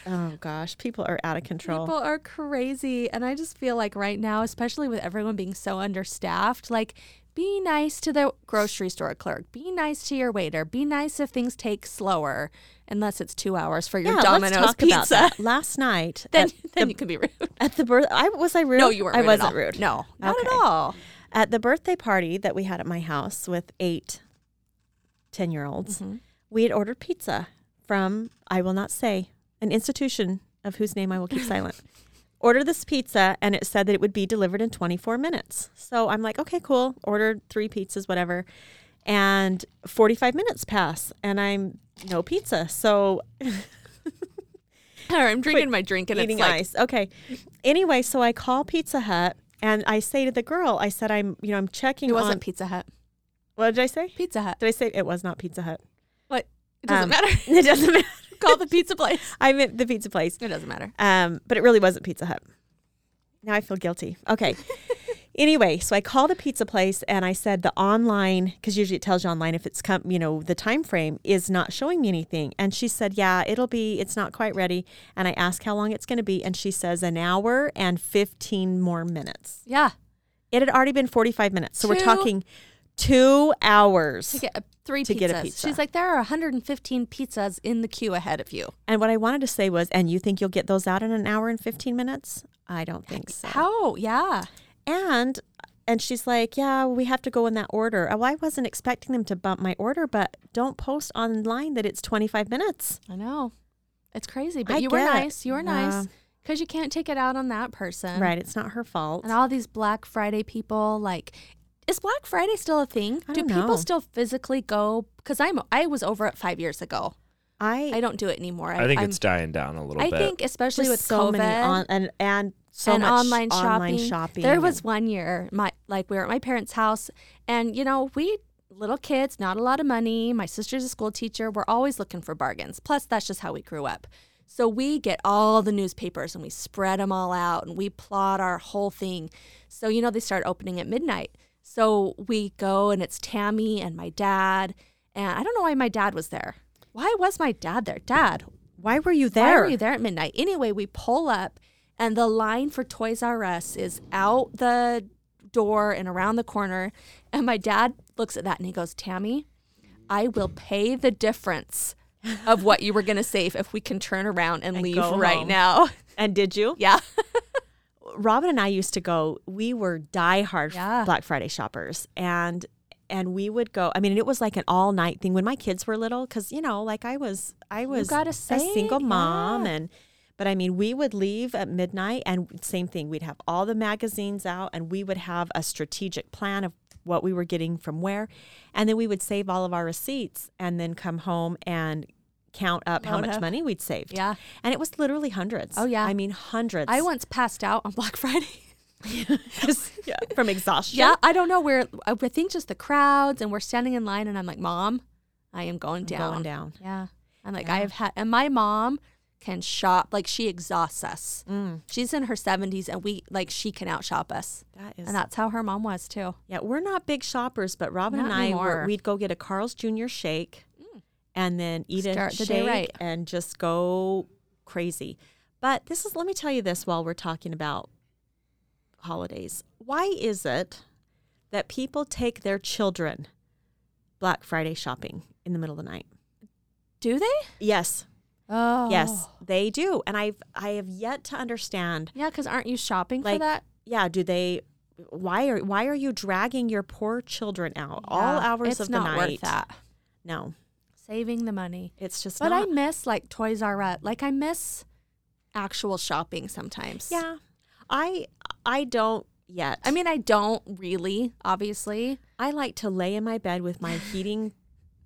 Speaker 2: oh gosh, people are out of control.
Speaker 1: People are crazy. And I just feel like right now, especially with everyone being so understaffed, like be nice to the grocery store clerk, be nice to your waiter, be nice if things take slower, unless it's two hours for your
Speaker 2: yeah,
Speaker 1: Domino's
Speaker 2: let's talk
Speaker 1: pizza.
Speaker 2: about that. Last night
Speaker 1: Then,
Speaker 2: at,
Speaker 1: then you can be rude.
Speaker 2: at the birth I was I rude?
Speaker 1: No, you weren't.
Speaker 2: I
Speaker 1: rude at
Speaker 2: wasn't
Speaker 1: all.
Speaker 2: rude.
Speaker 1: No, not
Speaker 2: Okay.
Speaker 1: at all.
Speaker 2: At the birthday party that we had at my house with eight 10 year olds,
Speaker 1: Mm-hmm.
Speaker 2: we had ordered pizza from, I will not say, an institution of whose name I will keep silent. Ordered this pizza and it said that it would be delivered in 24 minutes. So I'm like, okay, cool. Ordered three pizzas, whatever. And 45 minutes pass and I'm no pizza. So
Speaker 1: Or I'm drinking my drink and it's
Speaker 2: eating
Speaker 1: like
Speaker 2: ice. Okay. Anyway, so I call Pizza Hut and I say to the girl, I said, I'm, you know, I'm checking
Speaker 1: it wasn't
Speaker 2: on.
Speaker 1: Pizza Hut.
Speaker 2: What did I say?
Speaker 1: Pizza Hut.
Speaker 2: Did I say it was not Pizza Hut?
Speaker 1: What? It doesn't
Speaker 2: Um,
Speaker 1: matter.
Speaker 2: It doesn't matter.
Speaker 1: Call the pizza place.
Speaker 2: I meant the pizza place.
Speaker 1: It doesn't matter.
Speaker 2: Um, but it really wasn't Pizza Hut. Now I feel guilty. Okay. anyway, so I called the pizza place and I said the online because usually it tells you online if it's come, you know, the time frame is not showing me anything. And she said, "Yeah, it'll be. It's not quite ready." And I asked how long it's going to be, and she says an hour and fifteen more minutes.
Speaker 1: Yeah.
Speaker 2: It had already been forty-five minutes, so we we're
Speaker 1: Two-
Speaker 2: talking two hours.
Speaker 1: To get uh, three
Speaker 2: To
Speaker 1: pizzas.
Speaker 2: get a pizza.
Speaker 1: She's like, there are 115 pizzas in the queue ahead of you.
Speaker 2: And what I wanted to say was, and you think you'll get those out in an hour and 15 minutes? I don't think so.
Speaker 1: How? Yeah.
Speaker 2: And and she's like, "Yeah, we have to go in that order." Oh, I wasn't expecting them to bump my order, but don't post online that it's 25 minutes.
Speaker 1: I know. It's crazy, but
Speaker 2: I
Speaker 1: you were
Speaker 2: get it.
Speaker 1: nice. You were nice
Speaker 2: Yeah.
Speaker 1: because you can't take it out on that person.
Speaker 2: Right, it's not her fault.
Speaker 1: And all these Black Friday people, like, is Black Friday still a thing?
Speaker 2: I
Speaker 1: do
Speaker 2: don't know.
Speaker 1: people still physically go? Because I'm I was over it five years ago.
Speaker 2: I,
Speaker 1: I don't do it anymore.
Speaker 4: I think
Speaker 1: I'm-
Speaker 4: it's dying down a little
Speaker 1: I
Speaker 4: bit.
Speaker 1: think especially
Speaker 2: just
Speaker 1: with
Speaker 2: so
Speaker 1: COVID
Speaker 2: many on and and so
Speaker 1: and
Speaker 2: much
Speaker 1: online shopping.
Speaker 2: online shopping
Speaker 1: There
Speaker 2: and-
Speaker 1: was one year, my like we were at my parents' house, and you know we little kids, not a lot of money. My sister's a school teacher. We're always looking for bargains. Plus, that's just how we grew up. So we get all the newspapers and we spread them all out and we plot our whole thing. So you know they start opening at midnight. So we go and it's Tammy and my dad, and I don't know why my dad was there. Why was my dad there? Dad,
Speaker 2: Why were you there?
Speaker 1: why were you there at midnight? Anyway, we pull up, and the line for Toys R Us is out the door and around the corner. And my dad looks at that and he goes, Tammy, I will pay the difference of what you were going to save if we can turn around and,
Speaker 2: And
Speaker 1: leave
Speaker 2: go
Speaker 1: right
Speaker 2: home.
Speaker 1: now.
Speaker 2: And did you?
Speaker 1: Yeah.
Speaker 2: Robin and I used to go. We were diehard
Speaker 1: Yeah.
Speaker 2: Black Friday shoppers, and and we would go. I mean, it was like an all night thing when my kids were little, because you know, like I was, I was
Speaker 1: gotta
Speaker 2: a
Speaker 1: say it,
Speaker 2: single mom,
Speaker 1: yeah.
Speaker 2: and but I mean, we would leave at midnight, and same thing. We'd have all the magazines out, and we would have a strategic plan of what we were getting from where, and then we would save all of our receipts, and then come home and count up how
Speaker 1: Load
Speaker 2: much
Speaker 1: up.
Speaker 2: money we'd saved.
Speaker 1: Yeah.
Speaker 2: and it was literally hundreds.
Speaker 1: Oh, yeah.
Speaker 2: I mean hundreds.
Speaker 1: I once passed out on Black Friday.
Speaker 2: yeah. from exhaustion.
Speaker 1: Yeah, I don't know where. I would think just the crowds, and we're standing in line, and I'm like, Mom, I am going down.
Speaker 2: Going down.
Speaker 1: Yeah. I'm like, I have had, and my mom can shop, like, she exhausts us.
Speaker 2: Mm.
Speaker 1: She's in her 70s, and we, like, she can outshop us.
Speaker 2: That is.
Speaker 1: And that's how her mom was, too.
Speaker 2: yeah, we're not big shoppers, but Robin
Speaker 1: Not
Speaker 2: and I were,
Speaker 1: anymore. Mm.
Speaker 2: we'd go get a Carl's Jr. shake and then eat
Speaker 1: Start
Speaker 2: a
Speaker 1: the
Speaker 2: shake
Speaker 1: day right.
Speaker 2: and just go crazy. But this is let me tell you this while we're talking about holidays. Why is it that people take their children Black Friday shopping in the middle of the night?
Speaker 1: Do they?
Speaker 2: Yes.
Speaker 1: Oh.
Speaker 2: Yes, they do. And I've I have yet to understand
Speaker 1: Yeah, because aren't you shopping for
Speaker 2: Like,
Speaker 1: that?
Speaker 2: yeah, do they? Why are why are you dragging your poor children out all
Speaker 1: Yeah,
Speaker 2: hours
Speaker 1: it's
Speaker 2: of
Speaker 1: not
Speaker 2: the night?
Speaker 1: worth that.
Speaker 2: No,
Speaker 1: Saving the money.
Speaker 2: it's just.
Speaker 1: But
Speaker 2: not.
Speaker 1: I miss like Toys R Us. Like I miss actual shopping sometimes.
Speaker 2: yeah, I I don't yet.
Speaker 1: I mean, I don't really, obviously.
Speaker 2: I like to lay in my bed with my heating,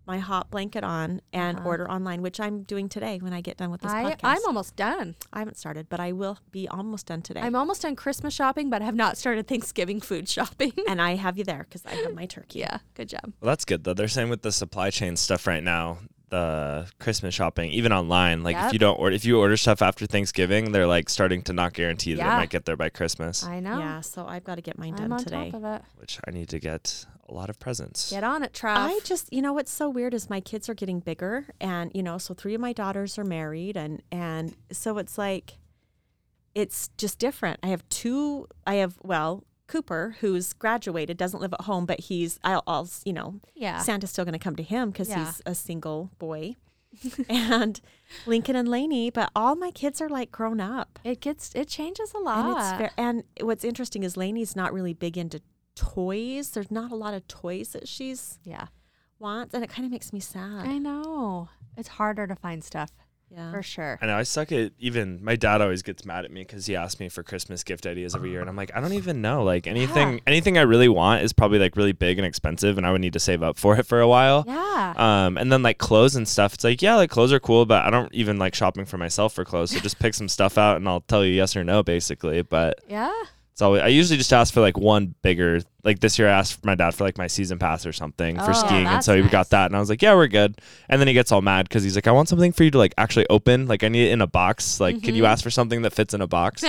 Speaker 2: my hot blanket on, and
Speaker 1: Uh-huh.
Speaker 2: order online, which I'm doing today when I get done with this
Speaker 1: I,
Speaker 2: podcast.
Speaker 1: I'm almost done.
Speaker 2: I haven't started, but I will be almost done today.
Speaker 1: I'm almost done Christmas shopping, but have not started Thanksgiving food shopping.
Speaker 2: and I have you there because I have my turkey.
Speaker 1: yeah, good job.
Speaker 4: Well, that's good though. They're saying with the supply chain stuff right now, the Christmas shopping, even online, like
Speaker 1: Yep.
Speaker 4: if you don't order, if you order stuff after Thanksgiving, they're like starting to not guarantee that
Speaker 1: Yeah.
Speaker 4: it might get there by Christmas,
Speaker 1: I know.
Speaker 2: Yeah, so I've got to get mine
Speaker 1: I'm
Speaker 2: done
Speaker 1: on
Speaker 2: today.
Speaker 1: top of it.
Speaker 4: which I need to get a lot of presents.
Speaker 1: Get on it, Trav.
Speaker 2: I just, you know, what's so weird is my kids are getting bigger, and you know, so three of my daughters are married, and and so it's like, it's just different. I have two. I have well, Cooper, who's graduated, doesn't live at home, but he's I'll, I'll you know,
Speaker 1: yeah.
Speaker 2: Santa's still going to come to him because
Speaker 1: Yeah.
Speaker 2: he's a single boy, and Lincoln and Lainey. But all my kids are like grown up,
Speaker 1: It gets it changes a lot.
Speaker 2: and it's fair. And what's interesting is Lainey's not really big into toys. There's not a lot of toys that she's
Speaker 1: yeah.
Speaker 2: wants, and it kind of makes me sad.
Speaker 1: I know. It's harder to find stuff
Speaker 2: yeah.
Speaker 1: for sure.
Speaker 4: I know I suck at even. My dad always gets mad at me because he asks me for Christmas gift ideas every year, and I'm like, I don't even know. Like anything,
Speaker 1: Yeah.
Speaker 4: anything I really want is probably like really big and expensive, and I would need to save up for it for a while.
Speaker 1: Yeah.
Speaker 4: Um, and then like clothes and stuff. It's like, yeah, like clothes are cool, but I don't even like shopping for myself for clothes. So just pick some stuff out and I'll tell you yes or no, basically. But
Speaker 1: yeah.
Speaker 4: it's always, I usually just ask for like one bigger, like this year I asked my dad for like my season pass or something
Speaker 1: Oh,
Speaker 4: for skiing. And
Speaker 1: that's
Speaker 4: so he
Speaker 1: nice.
Speaker 4: got that. And I was like, yeah, we're good. And then he gets all mad because he's like, I want something for you to like actually open. Like I need it in a box. Like, could
Speaker 1: Mm-hmm.
Speaker 4: you ask for something that fits in a box?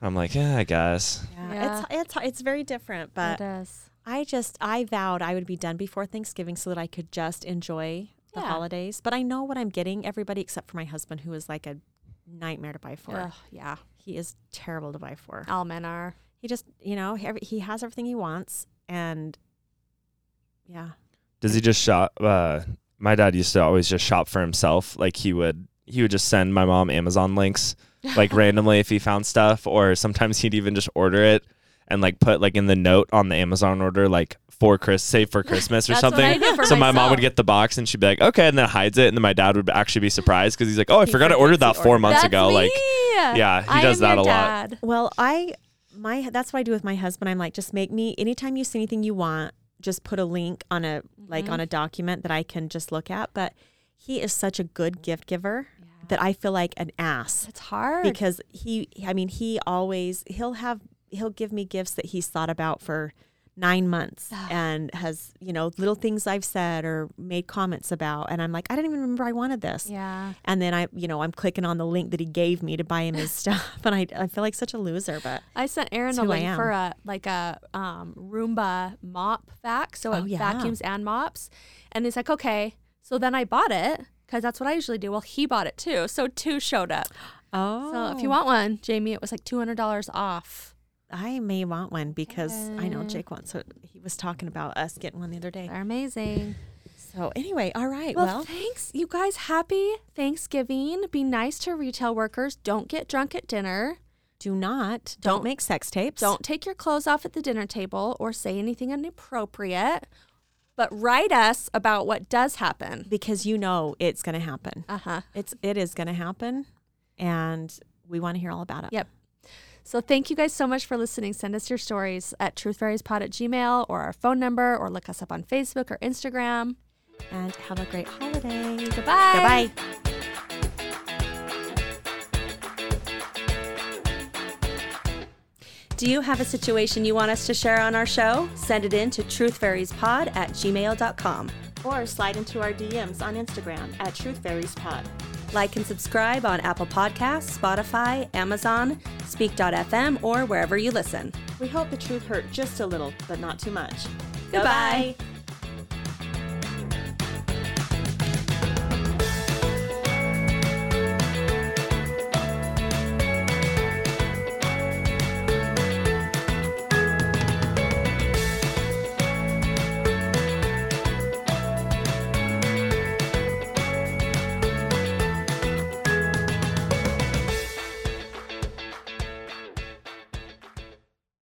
Speaker 4: I'm like, yeah, I guess.
Speaker 2: Yeah. It's, it's it's very different,
Speaker 1: It
Speaker 2: but
Speaker 1: is.
Speaker 2: I just I vowed I would be done before Thanksgiving so that I could just enjoy the
Speaker 1: Yeah.
Speaker 2: holidays. But I know what I'm getting everybody except for my husband who is like a nightmare to buy for.
Speaker 1: Ugh, yeah.
Speaker 2: He is terrible to buy for.
Speaker 1: All men are.
Speaker 2: He just, you know, he, he has everything he wants and yeah.
Speaker 4: Does he just shop? Uh, my dad used to always just shop for himself. Like he would, he would just send my mom Amazon links, like randomly if he found stuff, or sometimes he'd even just order it and like put like in the note on the Amazon order like for Chris, save for Christmas or
Speaker 1: That's what I
Speaker 4: something.
Speaker 1: did for
Speaker 4: so my mom
Speaker 1: myself.
Speaker 4: would get the box and she'd be like, okay, and then hides it, and then my dad would actually be surprised because he's like, oh, I forgot I ordered that
Speaker 2: forgets he
Speaker 4: four months
Speaker 1: That's
Speaker 4: ago.
Speaker 1: me.
Speaker 4: Like, yeah, he
Speaker 1: I
Speaker 4: does
Speaker 1: am
Speaker 4: that
Speaker 1: your
Speaker 4: a lot.
Speaker 1: dad.
Speaker 2: Well, I my that's what I do with my husband. I'm like, just make me anytime you see anything you want, just put a link on a like on a document that I can just look at. But he is such a good gift giver that I feel like an ass
Speaker 1: It's hard.
Speaker 2: because he I mean he always he'll have he'll give me gifts that he's thought about for nine months and has you know little things I've said or made comments about and I'm like I didn't even remember I wanted this
Speaker 1: yeah.
Speaker 2: and then I, you know, I'm clicking on the link that he gave me to buy him his stuff, and I, I feel like such a loser. But
Speaker 1: I sent Aaron
Speaker 2: It's
Speaker 1: a
Speaker 2: who I
Speaker 1: link
Speaker 2: am.
Speaker 1: for a like a um, Roomba mop vac, so it
Speaker 2: Oh, yeah.
Speaker 1: vacuums and mops. And he's like, okay. So then I bought it because that's what I usually do. Well, he bought it too, so two showed up.
Speaker 2: oh,
Speaker 1: So if you want one, Jamie, it was like two hundred dollars off.
Speaker 2: I may want one because I know
Speaker 1: Yeah.
Speaker 2: Jake wants it. He was talking about us getting one the other day.
Speaker 1: They're amazing.
Speaker 2: So anyway, all right.
Speaker 1: Well,
Speaker 2: Well,
Speaker 1: thanks, you guys. Happy Thanksgiving. Be nice to retail workers. Don't get drunk at dinner.
Speaker 2: do not don't,
Speaker 1: Don't-
Speaker 2: make sex tapes.
Speaker 1: Don't take your clothes off at the dinner table or say anything inappropriate. But write us about what does happen.
Speaker 2: because you know it's going to happen.
Speaker 1: Uh huh.
Speaker 2: It's it is going to happen, and we want to hear all about it.
Speaker 1: Yep. So thank you guys so much for listening. Send us your stories at truthfairiespod at gmail or our phone number or look us up on Facebook or Instagram.
Speaker 2: And have a great holiday. Goodbye.
Speaker 1: Goodbye.
Speaker 2: Goodbye.
Speaker 5: Do you have a situation you want us to share on our show? Send it in to truthfairiespod at gmail.com.
Speaker 2: Or slide into our DMs on Instagram at Truth Fairies Pod.
Speaker 5: Like and subscribe on Apple Podcasts, Spotify, Amazon, Speak.fm, or wherever you listen.
Speaker 2: We hope the truth hurt just a little, but not too much.
Speaker 5: Goodbye.
Speaker 2: Goodbye.